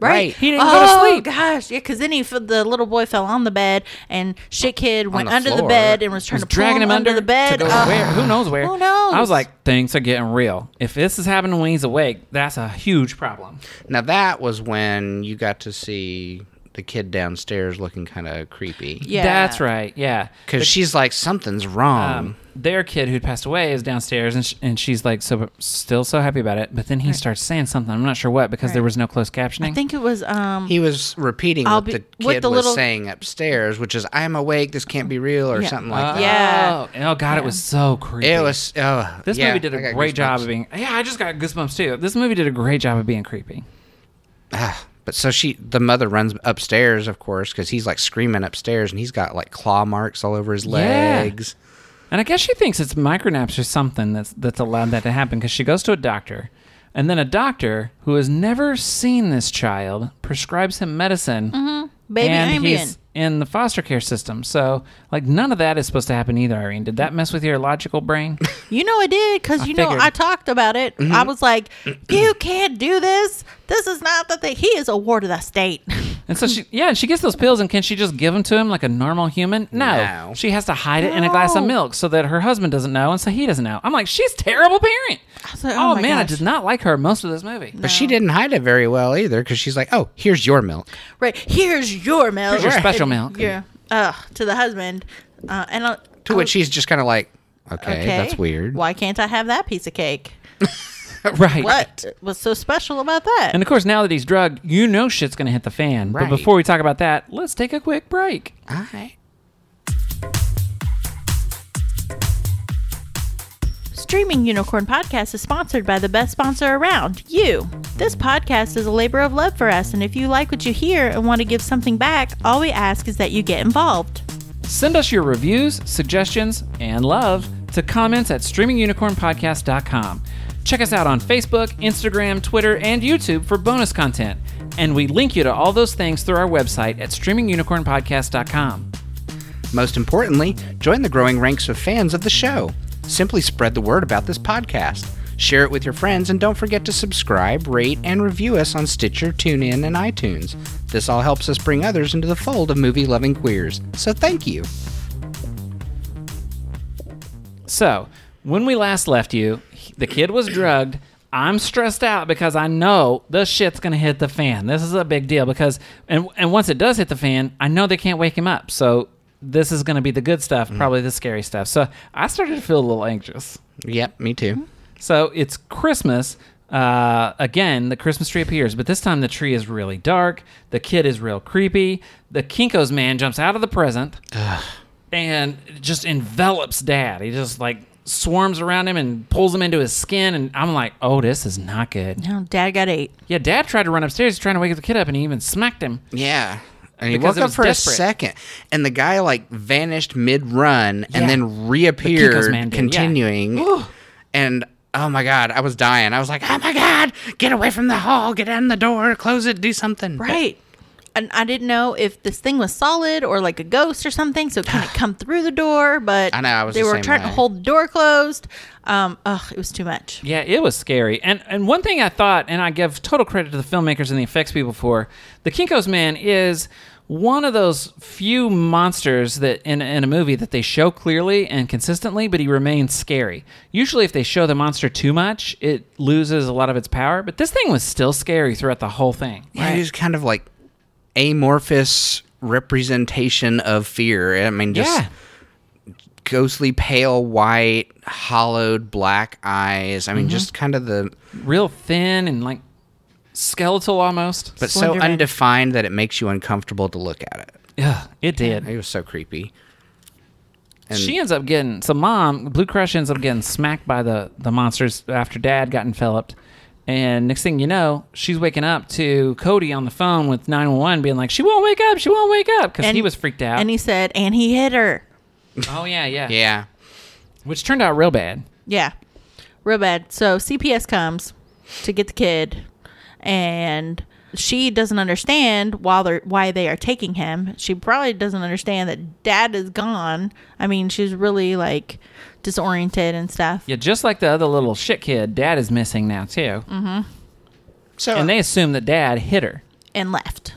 Right.
He didn't
oh,
go to sleep.
gosh. Yeah, because then he, f- the little boy fell on the bed and shit kid went
the
under the
floor.
bed and was trying
was
to pull
dragging him under
the bed.
To go
Uh,
where? Who knows where?
who knows?
I was like, things are getting real. If this is happening when he's awake, that's a huge problem.
Now that was when you got to see the kid downstairs looking kind of creepy
yeah.
That's right. Yeah.
because she's like something's wrong.
um, their kid who'd passed away is downstairs and, sh- and she's like so still so happy about it but then he starts saying something i'm not sure what because there was no closed captioning
I think it was um
he was repeating
I'll
what
be-
the kid
what the
was
little-
saying upstairs, which is "I'm awake. This can't be real" or
Yeah.
something like that.
Yeah.
oh god it was so creepy
It was. Oh,
this
yeah,
movie did
I
a
got
great job
goosebumps.
of being yeah i just got goosebumps too this movie did a great job of being creepy
Ah, but so she, the mother, runs upstairs, of course, because he's like screaming upstairs, and he's got like claw marks all over his legs.
and i guess she thinks it's micronaps or something that's that's allowed that to happen because she goes to a doctor and then a doctor who has never seen this child prescribes him medicine
baby
and
Ambien.
he's in the foster care system. So, like, none of that is supposed to happen either, Irene. Did that mess with your logical brain?
You know I did because you know
figured. Mm-hmm.
I talked about it. I was like, you can't do this. This is not the thing. He is a ward of the state.
and so she, yeah, and she gets those pills, and can she just give them to him like a normal human? No,
No.
she has to hide it in a glass of
No.
milk so that her husband doesn't know, and so he doesn't know. I'm like, she's a terrible parent.
was like,
oh
oh my
man, I
gosh.
did not like her most of this movie.
But she didn't hide it very well either, because she's like, "Oh, here's your milk."
right. Here's your milk.
Here's your special milk.
Yeah. Uh, to the husband. Uh, and I,
To
I
which
was-
she's just kind of like, okay, that's weird."
Why can't I have that piece of cake?
right.
What was so special about that?
And of course, now that he's drugged, you know shit's gonna hit the fan.
Right.
But before we talk about that, let's take a quick break.
All right.
Streaming Unicorn Podcast is sponsored by the best sponsor around, you. This podcast is a labor of love for us, and if you like what you hear and want to give something back, all we ask is that you get involved.
Send us your reviews, suggestions, and love to comments at streamingunicornpodcast.com. Check us out on Facebook, Instagram, Twitter, and YouTube for bonus content. And we link you to all those things through our website at streamingunicornpodcast.com.
Most importantly, join the growing ranks of fans of the show. Simply spread the word about this podcast. Share it with your friends and don't forget to subscribe, rate, and review us on Stitcher, TuneIn, and iTunes. This all helps us bring others into the fold of movie loving queers. So thank you.
So, when we last left you, he- the kid was drugged. I'm stressed out because I know the shit's gonna hit the fan. This is a big deal because, and and once it does hit the fan, I know they can't wake him up. So this is gonna be the good stuff, probably the scary stuff. So I started to feel a little anxious.
Yep, me too.
So it's Christmas. Uh, again, the Christmas tree appears, but this time the tree is really dark. The kid is real creepy. The Kinko's man jumps out of the present and just envelops dad. He just like swarms around him and pulls him into his skin. And I'm like, oh, this is not good.
Now, Oh, Dad got eight.
Yeah, dad tried to run upstairs trying to wake the kid up and he even smacked him.
Yeah. And he
Because it
woke up
was
for
desperate.
a second, and the guy like vanished mid run
Yeah.
and then
Kiko's
reappeared,
man did, yeah.
continuing. And oh my god, I was dying. I was like, oh my god, get away from the hall, get in the door, close it, do something.
Right. And I didn't know if this thing was solid or like a ghost or something, so it couldn't come through the door. But
I know, I was
they
the
were
same
trying to
way.
hold the door closed. Um, ugh, it was too much.
Yeah, it was scary. And and one thing I thought, and I give total credit to the filmmakers and the effects people for, the Kinko's Man is one of those few monsters that in, in a movie that they show clearly and consistently, but he remains scary. Usually, if they show the monster too much, it loses a lot of its power. But this thing was still scary throughout the whole thing.
Yeah, he was kind of like amorphous representation of fear. I mean, just
Yeah.
ghostly, pale, white, hollowed, black eyes. I mean,
Mm-hmm.
just kind of the
Real thin and like skeletal almost.
but
Slender
so
man.
undefined that it makes you uncomfortable to look at it.
Yeah, it did.
He was so creepy. And
she ends up getting so mom blue crush ends up getting smacked by the the monsters after dad got enveloped and next thing you know she's waking up to cody on the phone with 911 being like she won't wake up she won't wake up because
And
he was freaked out
And he said, and he hit her.
oh yeah, yeah
yeah,
which turned out real bad
Yeah. Real bad. So CPS comes to get the kid and she doesn't understand while they're why they are taking him. She probably doesn't understand that dad is gone. I mean, she's really like disoriented and stuff.
Yeah, just like the other little shit kid, dad is missing now too.
So
And they assume that dad hit her.
And left.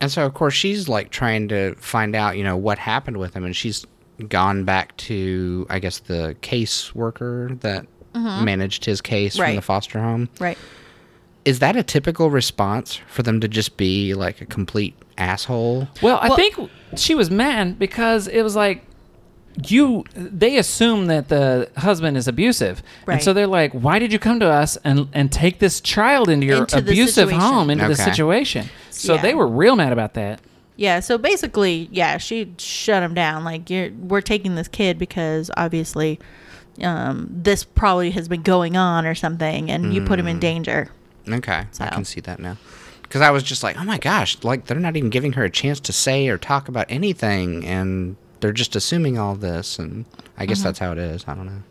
And so, of course, she's like trying to find out, you know, what happened with him. And she's gone back to, I guess, the case worker that managed his case from
Mm-hmm.
the
Right.
foster home.
Right.
Is that a typical response for them to just be like a complete asshole?
Well, I
Well-
think she was mad because it was like you they assume that the husband is abusive. And so
Right.
they're like, "Why did you come to us and and take this child into your
Into the
abusive
situation.
home into this
Okay.
situation?" So
Yeah.
they were real mad about that.
Yeah, so basically, yeah, she shut him down. Like, you're, we're taking this kid because obviously, um, this probably has been going on or something, and you put him in danger.
Okay. I
So.
can see that now. Because I was just like, oh my gosh, like they're not even giving her a chance to say or talk about anything. And they're just assuming all this. And I
Mm-hmm.
guess that's how it is. I don't know.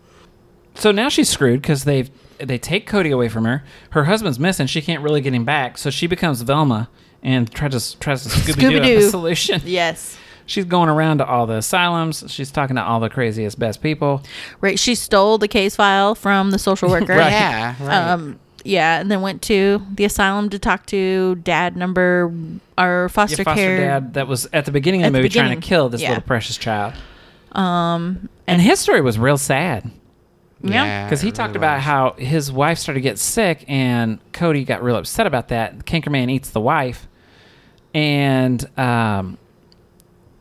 So now she's screwed because they've they take Cody away from her. Her husband's missing. She can't really get him back, so she becomes Velma and tries to tries to Scooby Doo the
Scooby-Doo.
solution.
Yes.
She's going around to all the asylums. She's talking to all the craziest best people.
Right. She stole the case file from the social worker.
Right.
Yeah. Right.
Um, yeah, and then went to the asylum to talk to dad number our foster,
Your foster
care.
dad that was at the beginning of the
At the
movie trying to
beginning.
kill this
Yeah.
little precious child.
Um,
And his story was real sad
Oh, yeah.
because he
it really
talked about
was.
how his wife started to get sick and Cody got real upset about that. Cankerman eats the wife, and um,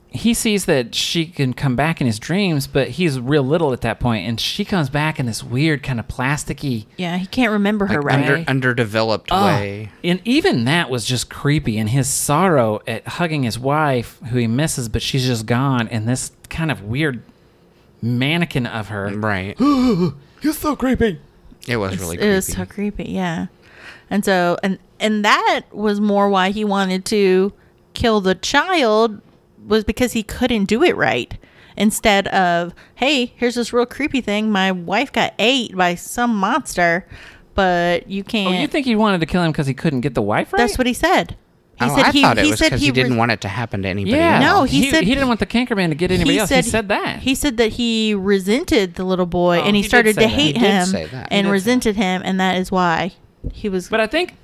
he sees that she can come back in his dreams, but he's real little at that point, and she comes back in this weird kind of plasticky.
Yeah, he can't remember her right.
under-
underdeveloped
Oh,
way.
and even that was just creepy. And his sorrow at hugging his wife, who he misses, but she's just gone, and this kind of weird mannequin of her.
Right.
You're so creepy.
It was really
It
creepy.
was so creepy, yeah. And so and and that was more why he wanted to kill the child was because he couldn't do it right. Instead of, hey, here's this real creepy thing. My wife got ate by some monster, but you
Oh,
can't.
you think he wanted to kill him because he couldn't get the wife right?
That's what he said. He
oh,
said
I
he,
thought it
he
was
said
because he,
re-
didn't want it to happen to anybody.
Yeah.
else.
No, he said-
he didn't want the canker man to get anybody else. he said that.
He said that he resented the little boy
Oh,
and
he
he,
did
started
say
to
that.
hate
He did
him
say that. He
and
did say
resented him, and that is why he was.
but I think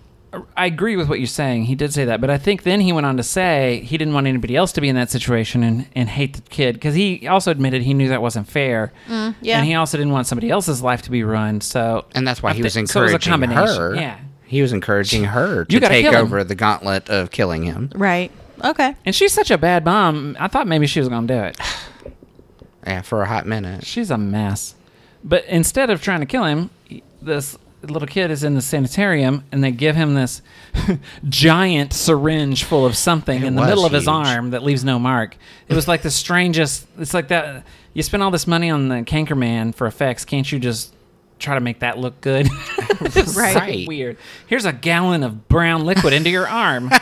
I agree with what you're saying. He did say that, but I think then he went on to say he didn't want anybody else to be in that situation and, and hate the kid because he also admitted he knew that wasn't fair.
yeah.
And he also didn't want somebody else's life to be ruined. So
and that's why
I
he was
think- so it was a
encouraging
combination,
her.
yeah.
He was encouraging her
You
to
gotta
take
kill him.
over the gauntlet of killing him.
right. Okay.
And she's such a bad mom. I thought maybe she was going to do it.
Yeah, for a hot minute.
She's a mess. But instead of trying to kill him, this little kid is in the sanitarium and they give him this giant syringe full of something
It
in the
was
middle of his
huge.
arm that leaves no mark. It was like the strangest. It's like that. You spend all this money on the canker man for effects. Can't you just try to make that look good? It's so
Right.
weird. Here's a gallon of brown liquid into your arm.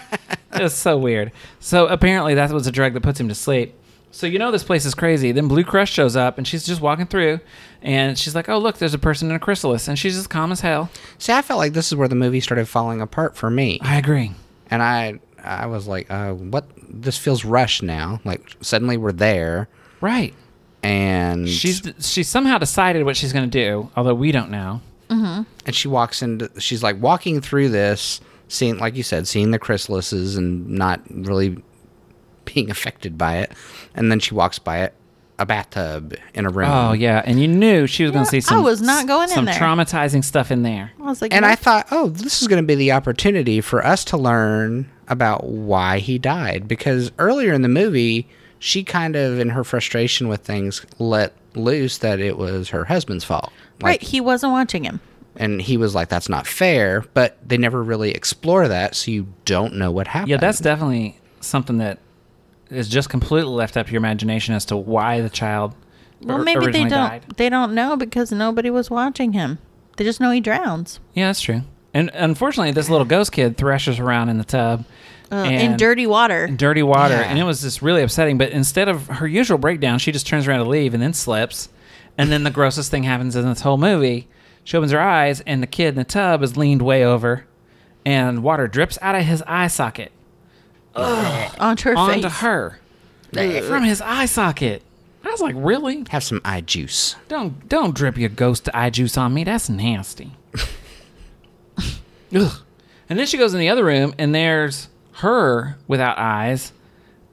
It's so weird. So apparently that was a drug that puts him to sleep. So you know this place is crazy. Then Blue Crush shows up and she's just walking through and she's like, "Oh, look, there's a person in a chrysalis." And she's just calm as hell.
See, I felt like this is where the movie started falling apart for me,
I agree.
and I, I was like, uh, what? This feels rushed now. Like suddenly we're there,
Right.
and
She's she somehow decided what she's going to do, although we don't know.
and she walks into she's like walking through this seeing like you said seeing the chrysalises and not really being affected by it and then she walks by it a bathtub in a room
Oh yeah, and you knew she was going to see
Yeah,
some
I was not going in
some
there.
traumatizing stuff in there.
I was like,
and
"No."
i thought oh this is going to be the opportunity for us to learn about why he died because earlier in the movie she kind of in her frustration with things let loose that it was her husband's fault
right, he wasn't watching him.
and he was like that's not fair but they never really explore that so you don't know what happened
Yeah, that's definitely something that is just completely left up to your imagination as to why the child
Well,
or-
maybe they
originally
don't.
died.
They don't know because nobody was watching him. They just know he drowns
Yeah, that's true. And unfortunately, this little ghost kid thrashes around in the tub
uh, in dirty water.
in dirty water,
Yeah.
and it was just really upsetting. But instead of her usual breakdown, she just turns around to leave and then slips. And then the grossest thing happens in this whole movie. She opens her eyes, and the kid in the tub is leaned way over, and water drips out of his eye socket
Onto her
onto
face.
her from his eye socket. I was like, really?
Have some eye juice.
Don't don't drip your ghost eye juice on me. That's nasty. Ugh. And then she goes in the other room, and there's her without eyes,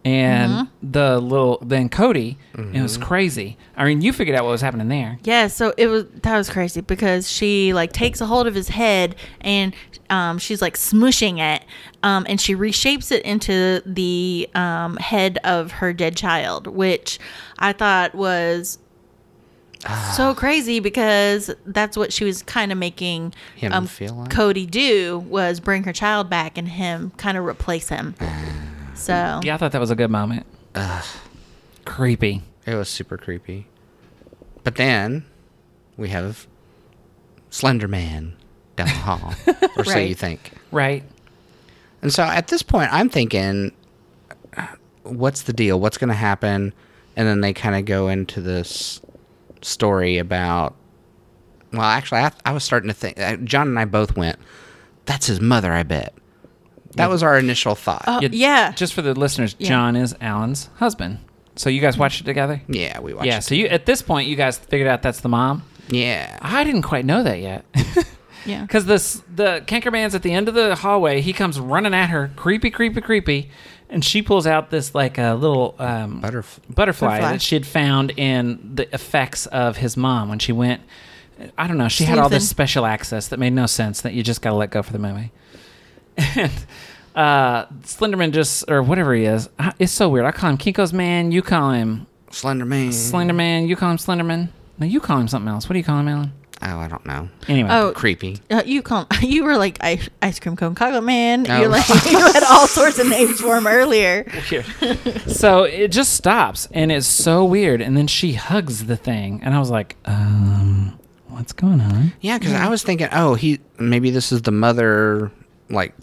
and
Mm-hmm.
the little then Cody. It
Mm-hmm.
was crazy. I mean, you figured out what was happening there.
Yeah, so it was that was crazy because she like takes a hold of his head and um, she's like smooshing it, um, and she reshapes it into the um, head of her dead child, which I thought was
Ah.
so crazy because that's what she was kind of making um,
Him feel like?
Cody do was bring her child back and him kind of replace him. So
Yeah, I thought that was a good moment. Ugh. Creepy.
It was super creepy. But then we have Slender Man down the hall, or so you
Right.
think.
Right.
And so at this point, I'm thinking, what's the deal? What's going to happen? And then they kind of go into this story about. Well, actually, I, I was starting to think. uh, John and I both went. That's his mother, I bet. That was our initial thought.
You-
oh, yeah.
Just for the listeners, John is Alan's husband. So you guys watched it together.
yeah, we watched.
Yeah. So you at this point, you guys figured out that's the mom.
it. Yeah,
I didn't quite know that yet.
yeah,
Because this the Cankerman's at the end of the hallway. He comes running at her, creepy, creepy, creepy, and she pulls out this like a little um,
Butterf-
butterfly,
Butterfly.
that she had found in the effects of his mom when she went. I don't know. She had all this
Sleuthing.
special access that made no sense. That you just got to let go for the movie. And uh, Slenderman just or whatever he is, I- it's so weird. I call him Kinko's man. You call him
Slender Man.
Slenderman. You call him Slenderman. No, you call him something else. What do you call him, Alan?
oh, I don't know.
Anyway.
Oh,
Creepy.
Uh, you call you were like ice, ice cream cone cockle man.
Oh.
You're like you had all sorts of names for him earlier.
so it just stops and it's so weird and then she hugs the thing and i was like um what's going on
Yeah, because I was thinking, oh, he maybe this is the mother, like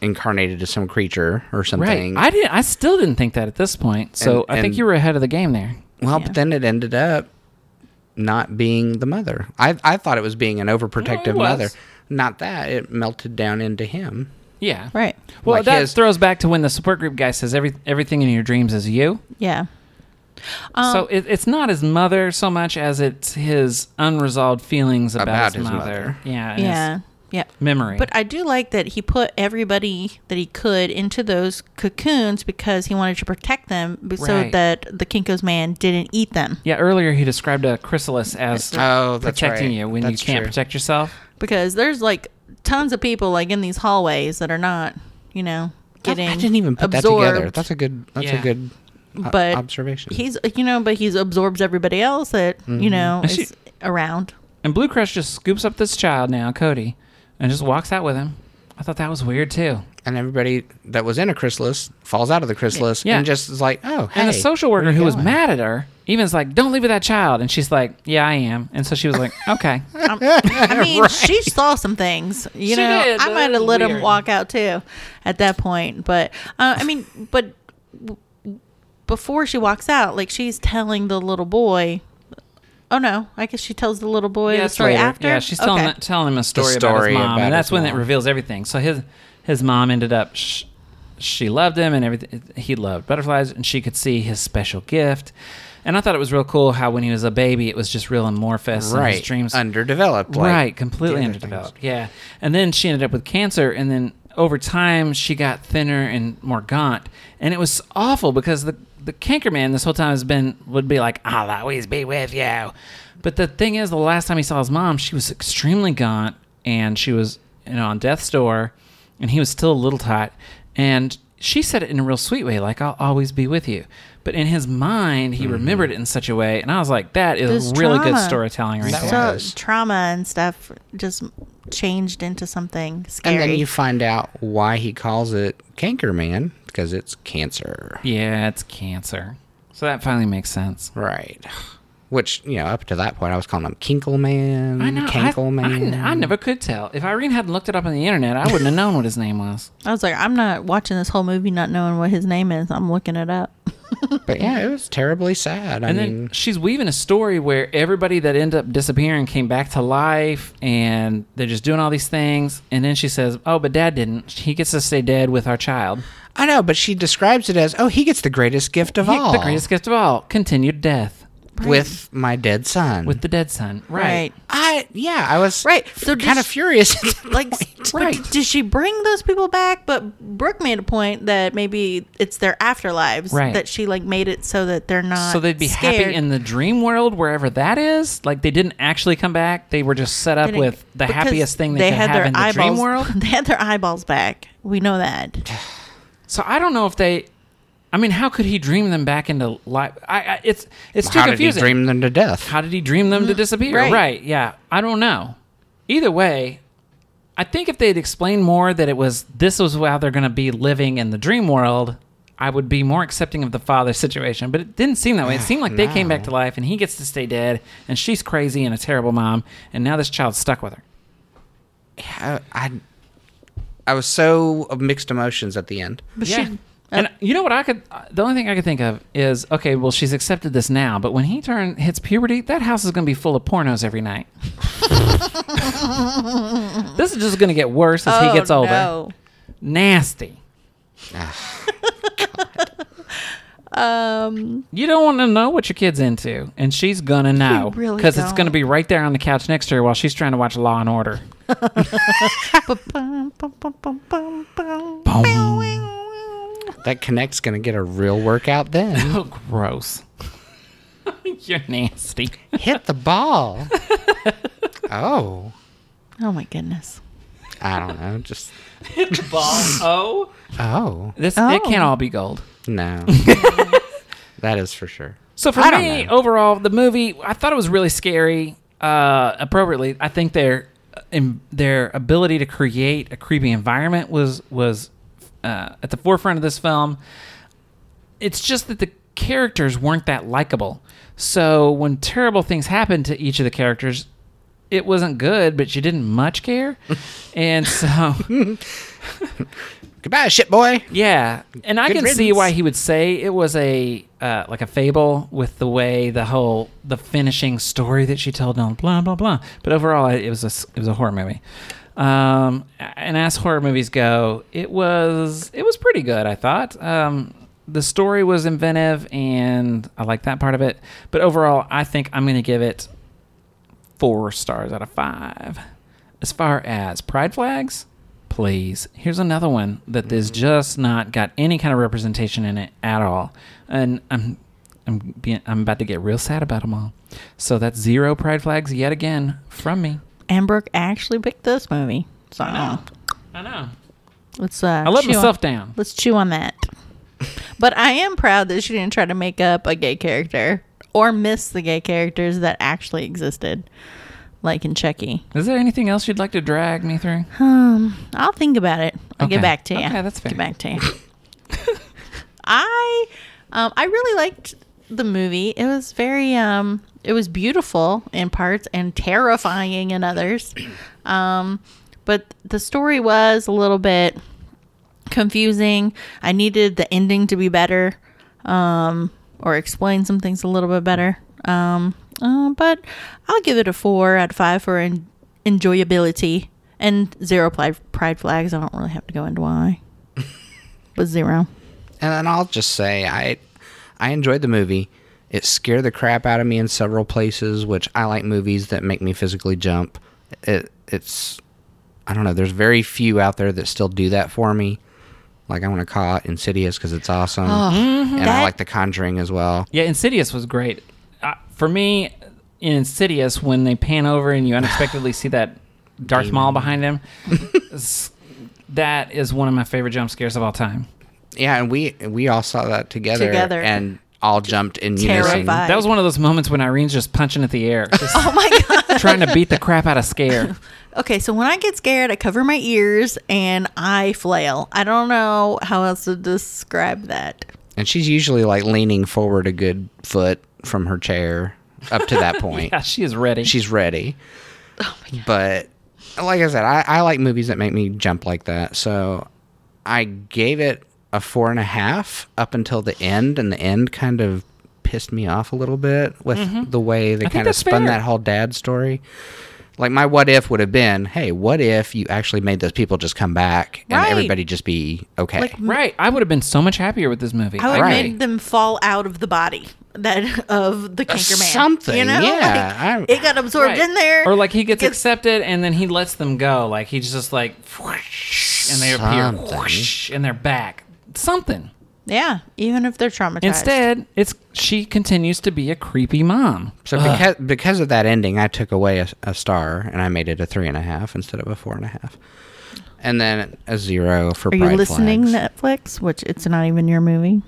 incarnated as some creature or something.
i didn't i still didn't think that at this point so
And-
i think
and-
you were ahead of the game there
well,
Yeah.
but then it ended up not being the mother. I I thought it was being an overprotective
was.
mother. Not that it melted down into him.
yeah
Right.
well
Like
that
his-
throws back to when the support group guy says every everything in your dreams is you
Yeah. Um,
so it, it's not his mother so much as it's his unresolved feelings about, his,
About his
mother.
mother.
yeah and his
Yeah. Yeah.
memory
But I do like that he put everybody that he could into those cocoons because he wanted to protect them b- so
Right.
that the Kinko's man didn't eat them.
yeah earlier he described a chrysalis as
Oh, that's
protecting
right.
you when
That's
you can't
true.
protect yourself
Because there's like tons of people like in these hallways that are not, you know, getting
I didn't even put that together.
absorbed.
That's a good. That's
Yeah.
a good. o-
but
observation. Mm-hmm.
He's you know, but he's absorbs everybody else that, you know,
And she-
is around.
And Blue Crush just scoops up this child now, Cody, and just walks out with him. I thought that was weird too.
and everybody that was in a chrysalis falls out of the chrysalis
Yeah.
and just is like, oh, hey.
and the social worker
where you
who was
going?
mad at her even's like, "Don't leave with that child," and she's like, "Yeah, I am." And so she was like, "Okay."
I mean, she saw some things. You
She
know,
did.
I
That
might have
was
let him
weird.
walk out too at that point. But uh, I mean, but w- before she walks out, like she's telling the little boy. Oh no! I guess she tells the little boy the
that's
story
later.
after.
Yeah, she's telling
Okay.
telling him a story, about
story
his mom,
about
and that's
his
when
mom.
it reveals everything. So his his mom ended up. Sh- she loved him and everything. He loved butterflies, and she could see his special gift. And I thought it was real cool how when he was a baby, it was just real amorphous. and
right
his dreams
underdeveloped, like
right,
the
completely
other
underdeveloped. Yeah, and then she ended up with cancer, and then over time she got thinner and more gaunt, and it was awful because the the canker man this whole time has been would be like, "I'll always be with you," but the thing is, the last time he saw his mom, she was extremely gaunt, and she was you know on death's door, and he was still a little tot, and she said it in a real sweet way, like "I'll always be with you." But in his mind,
Mm-hmm.
he remembered it in such a way, and I was like, "That is
This
really good
trauma.
storytelling, right
That
there."
So
was.
trauma and stuff just changed into something scary.
And then you find out why he calls it canker man because it's cancer.
Yeah, it's cancer. So that finally makes sense.
Right. Which, you know, up to that point, I was calling him Kinkle Man,
I know. I,
Cankle
I n-
Man.
I never could tell. If Irene hadn't looked it up on the internet, I wouldn't have known what his name was.
I was like, I'm not watching this whole movie not knowing what his name is. I'm looking it up.
But yeah, it was terribly sad. I
And
mean,
then she's weaving a story where everybody that ended up disappearing came back to life and they're just doing all these things. And then she says, Oh, but dad didn't. He gets to stay dead with our child.
I know, but she describes it as, "Oh, he gets the greatest gift of
He-
all."
the greatest gift of all continued death
with my dead son.
with the dead son. Right.
Right.
I yeah, I was
Right,
So
so
kind of
just-
furious. at that
Like,
point.
but did she bring those people back? But Brooke made a point that maybe it's their afterlives.
Right.
That she like made it so that they're not.
So they'd be
scared.
happy in the dream world, wherever that is. Like they didn't actually come back; they were just set up
Didn't-
with the
because
happiest thing they, could have in the dream world.
They had their eyeballs back. We know that.
So I don't know if they. I mean, how could he dream them back into life? I, I it's it's too
How did he
confusing.
dream them to death?
How did he dream them to disappear?
right.
Yeah. I don't know. Either way, I think if they had explained more that it was this was how they're going to be living in the dream world, I would be more accepting of the father situation. But it didn't seem that way. It seemed like they came back to life and he gets to stay dead and she's crazy and a terrible mom. And now this child's stuck with her.
I, I I was so of mixed emotions at the end.
But
yeah.
she.
and you know what I could? uh, The only thing I could think of is okay. Well, she's accepted this now, but when he turn hits puberty, that house is going to be full of pornos every night. this is just going to get worse as
oh,
he gets older.
No.
Nasty.
Um.
You don't want to know what your kid's into, and she's gonna know
really
it's gonna
don't.
be right there on the couch next to her while she's trying to watch Law and Order.
bum, bum, bum, bum, bum, bum.
Boom.
That connect's gonna get a real workout then.
Oh, gross. You're nasty.
Hit the ball. oh,
Oh my goodness.
I don't know. Just
Oh,
oh
this
Oh.
it can't all be gold.
no, that is for sure.
So for
I don't
me,
know.
overall, the movie I thought it was really scary. Uh, appropriately, I think their in their ability to create a creepy environment was was uh, at the forefront of this film. It's just that the characters weren't that likable. So when terrible things happened to each of the characters, it wasn't good, but you didn't much care. and so
Goodbye, shit boy.
yeah, and I
Good
can see
riddance.
why he would say it was a uh, like a fable with the way the whole the finishing story that she told on blah blah blah. But overall, it was a s- it was a horror movie. Um, and as horror movies go, it was it was pretty good. I thought um, the story was inventive, and I like that part of it. But overall, I think I'm going to give it four stars out of five. As far as pride flags, please. Here's another one that is just not got any kind of representation in it at all, and I'm I'm being, I'm about to get real sad about them all. So that's zero pride flags yet again from me.
And Brooke actually picked this movie. So
I know.
let's. Uh,
I let
chew on-
myself down.
Let's chew on that. But I am proud that she didn't try to make up a gay character or miss the gay characters that actually existed, like in Chucky.
Is there anything else you'd like to drag me through?
Um, I'll think about it. I'll
Okay.
get back to you.
Okay, that's fair.
Get back to you. I, um, I really liked the movie. It was very, um, it was beautiful in parts and terrifying in others. Um, but the story was a little bit confusing. I needed the ending to be better, um, or explain some things a little bit better. Um, uh, but I'll give it a four out of five for en- enjoyability and zero pride, pride flags. I don't really have to go into why, but zero.
And then I'll just say I I enjoyed the movie. It scared the crap out of me in several places, which I like movies that make me physically jump. It it's I don't know, there's very few out there that still do that for me. Like I want to call it Insidious because it's awesome, and I
That-
like The Conjuring as well.
Yeah, Insidious was great. Uh, for me, in Insidious, when they pan over and you unexpectedly see that Darth Maul behind him, s- that is one of my favorite jump scares of all time.
Yeah, and we we all saw that together,
Together.
and all jumped in unison.
Terrified. Right.
That was one of those moments when Irene's just punching at the air, just
Oh my god.
trying to beat the crap out of scare.
Okay, so when I get scared, I cover my ears and I flail. I don't know how else to describe that.
And she's usually like leaning forward a good foot from her chair up to that point.
Yeah, she is ready.
she's ready.
Oh
But like I said, I, I like movies that make me jump like that. So I gave it a a four and a half up until the end, and the end kind of pissed me off a little bit with the way they
Mm-hmm. think
kind of
that's
spun
fair.
that whole dad story. Like my what if would have been, hey, what if you actually made those people just come back and
Right.
everybody just be okay?
Like,
Right. I would have been so much happier with this movie.
I would
Right.
made them fall out of the body that of the canker man.
something,
you know?
yeah,
Like,
I-
it got absorbed
Right.
in there.
Or like he gets
Gets-
accepted and then he lets them go. Like he's just like whoosh, and they appear
Something.
whoosh, and they're back. Something.
yeah, even if they're traumatized.
Instead, it's she continues to be a creepy mom.
So because because of that ending, I took away a, a star and I made it a three and a half instead of a four and a half, and then a zero for.
are you
pride
listening,
flags.
Netflix? Which it's not even your movie.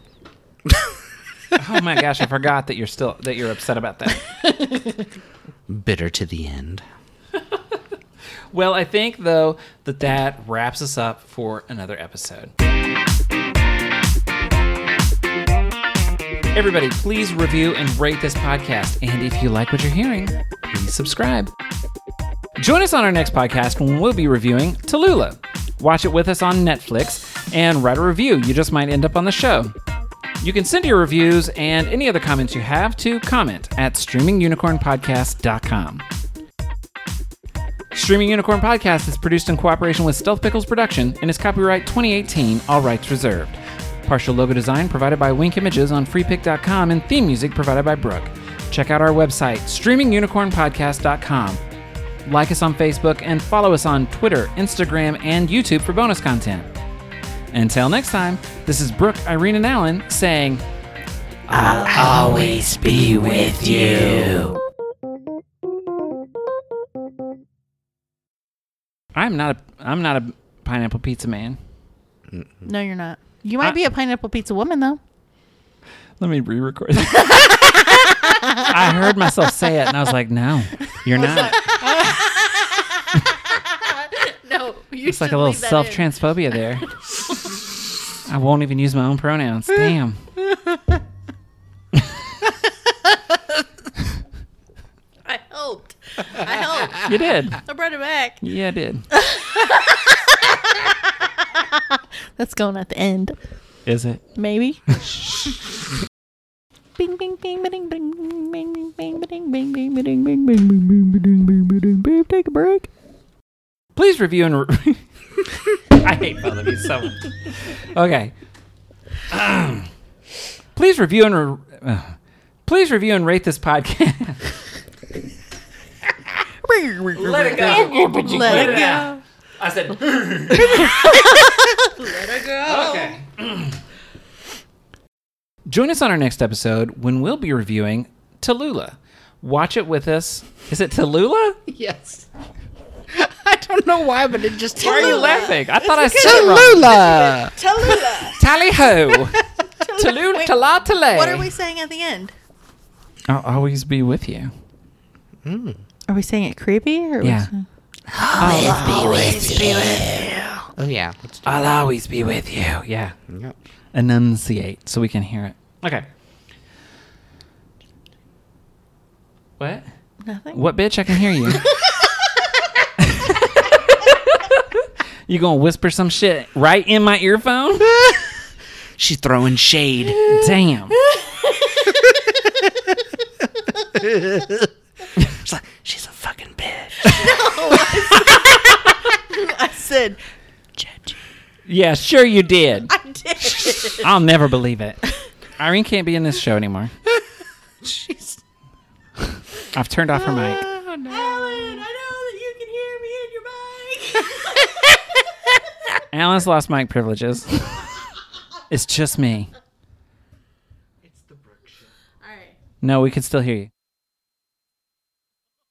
oh my gosh, I forgot that you're still that you're upset about that.
Bitter to the end.
Well, I think though that that wraps us up for another episode. Everybody, please review and rate this podcast. And if you like what you're hearing, please subscribe. Join us on our next podcast when we'll be reviewing Tallulah. Watch it with us on Netflix and write a review. You just might end up on the show. You can send your reviews and any other comments you have to comment at streamingunicornpodcast.com. Streaming Unicorn Podcast is produced in cooperation with Stealth Pickles Production and is copyright 2018, all rights reserved. Partial logo design provided by Wink Images on freepick.com and theme music provided by Brooke. Check out our website, streamingunicornpodcast.com. Like us on Facebook and follow us on Twitter, Instagram, and YouTube for bonus content. Until next time, this is Brooke, Irene, and Alan saying, "I'm not a, I'm not a pineapple pizza man."
No, you're not. You might
I-
be a pineapple pizza woman though.
Let me re-record. that. I heard myself say it, and I was like, "No, you're not."
No, you
It's like a little self-transphobia there. I won't even use my own pronouns. Damn.
I helped. I helped.
You did.
I brought it back.
Yeah, I did.
That's going at the end,
Is it?
maybe. Bing bing bing bing bing bing bing bing bing bing bing bing bing bing bing bing bing bing bing bing. Take a break.
Please review and. Re- I hate both of you so much. Okay. Um, please review and. Re- uh, please review and rate this podcast. Let it go.
Let it go.
I said. Let it go. Okay. Join us on our next episode when we'll be reviewing Tallulah. Watch it with us. Is it Tallulah?
Yes. I don't know why, but it just
Why are you laughing? I thought I said it wrong.
Tallulah.
Tallulah.
Tally ho. Tallulah,
Wait,
tala, tale.
What are we saying at the end?
I'll always be with you.
Are we saying it creepy? Or
Yeah.
Oh yeah. Let's do
I'll always be with you. Yeah.
it. Yep.
Enunciate so we can hear it. Okay. What?
Nothing.
What, bitch? I can hear you. you gonna whisper some shit right in my earphone?
She's throwing shade.
Damn.
She's, like, She's a fucking bitch.
I said
Yeah, sure you did.
I did.
I'll never believe it. Irene can't be in this show anymore.
She's.
I've turned off her mic.
Oh, no.
Alan, I know that you can hear me in your mic.
Alan's lost mic privileges. it's just me.
All right.
No, we can still hear you.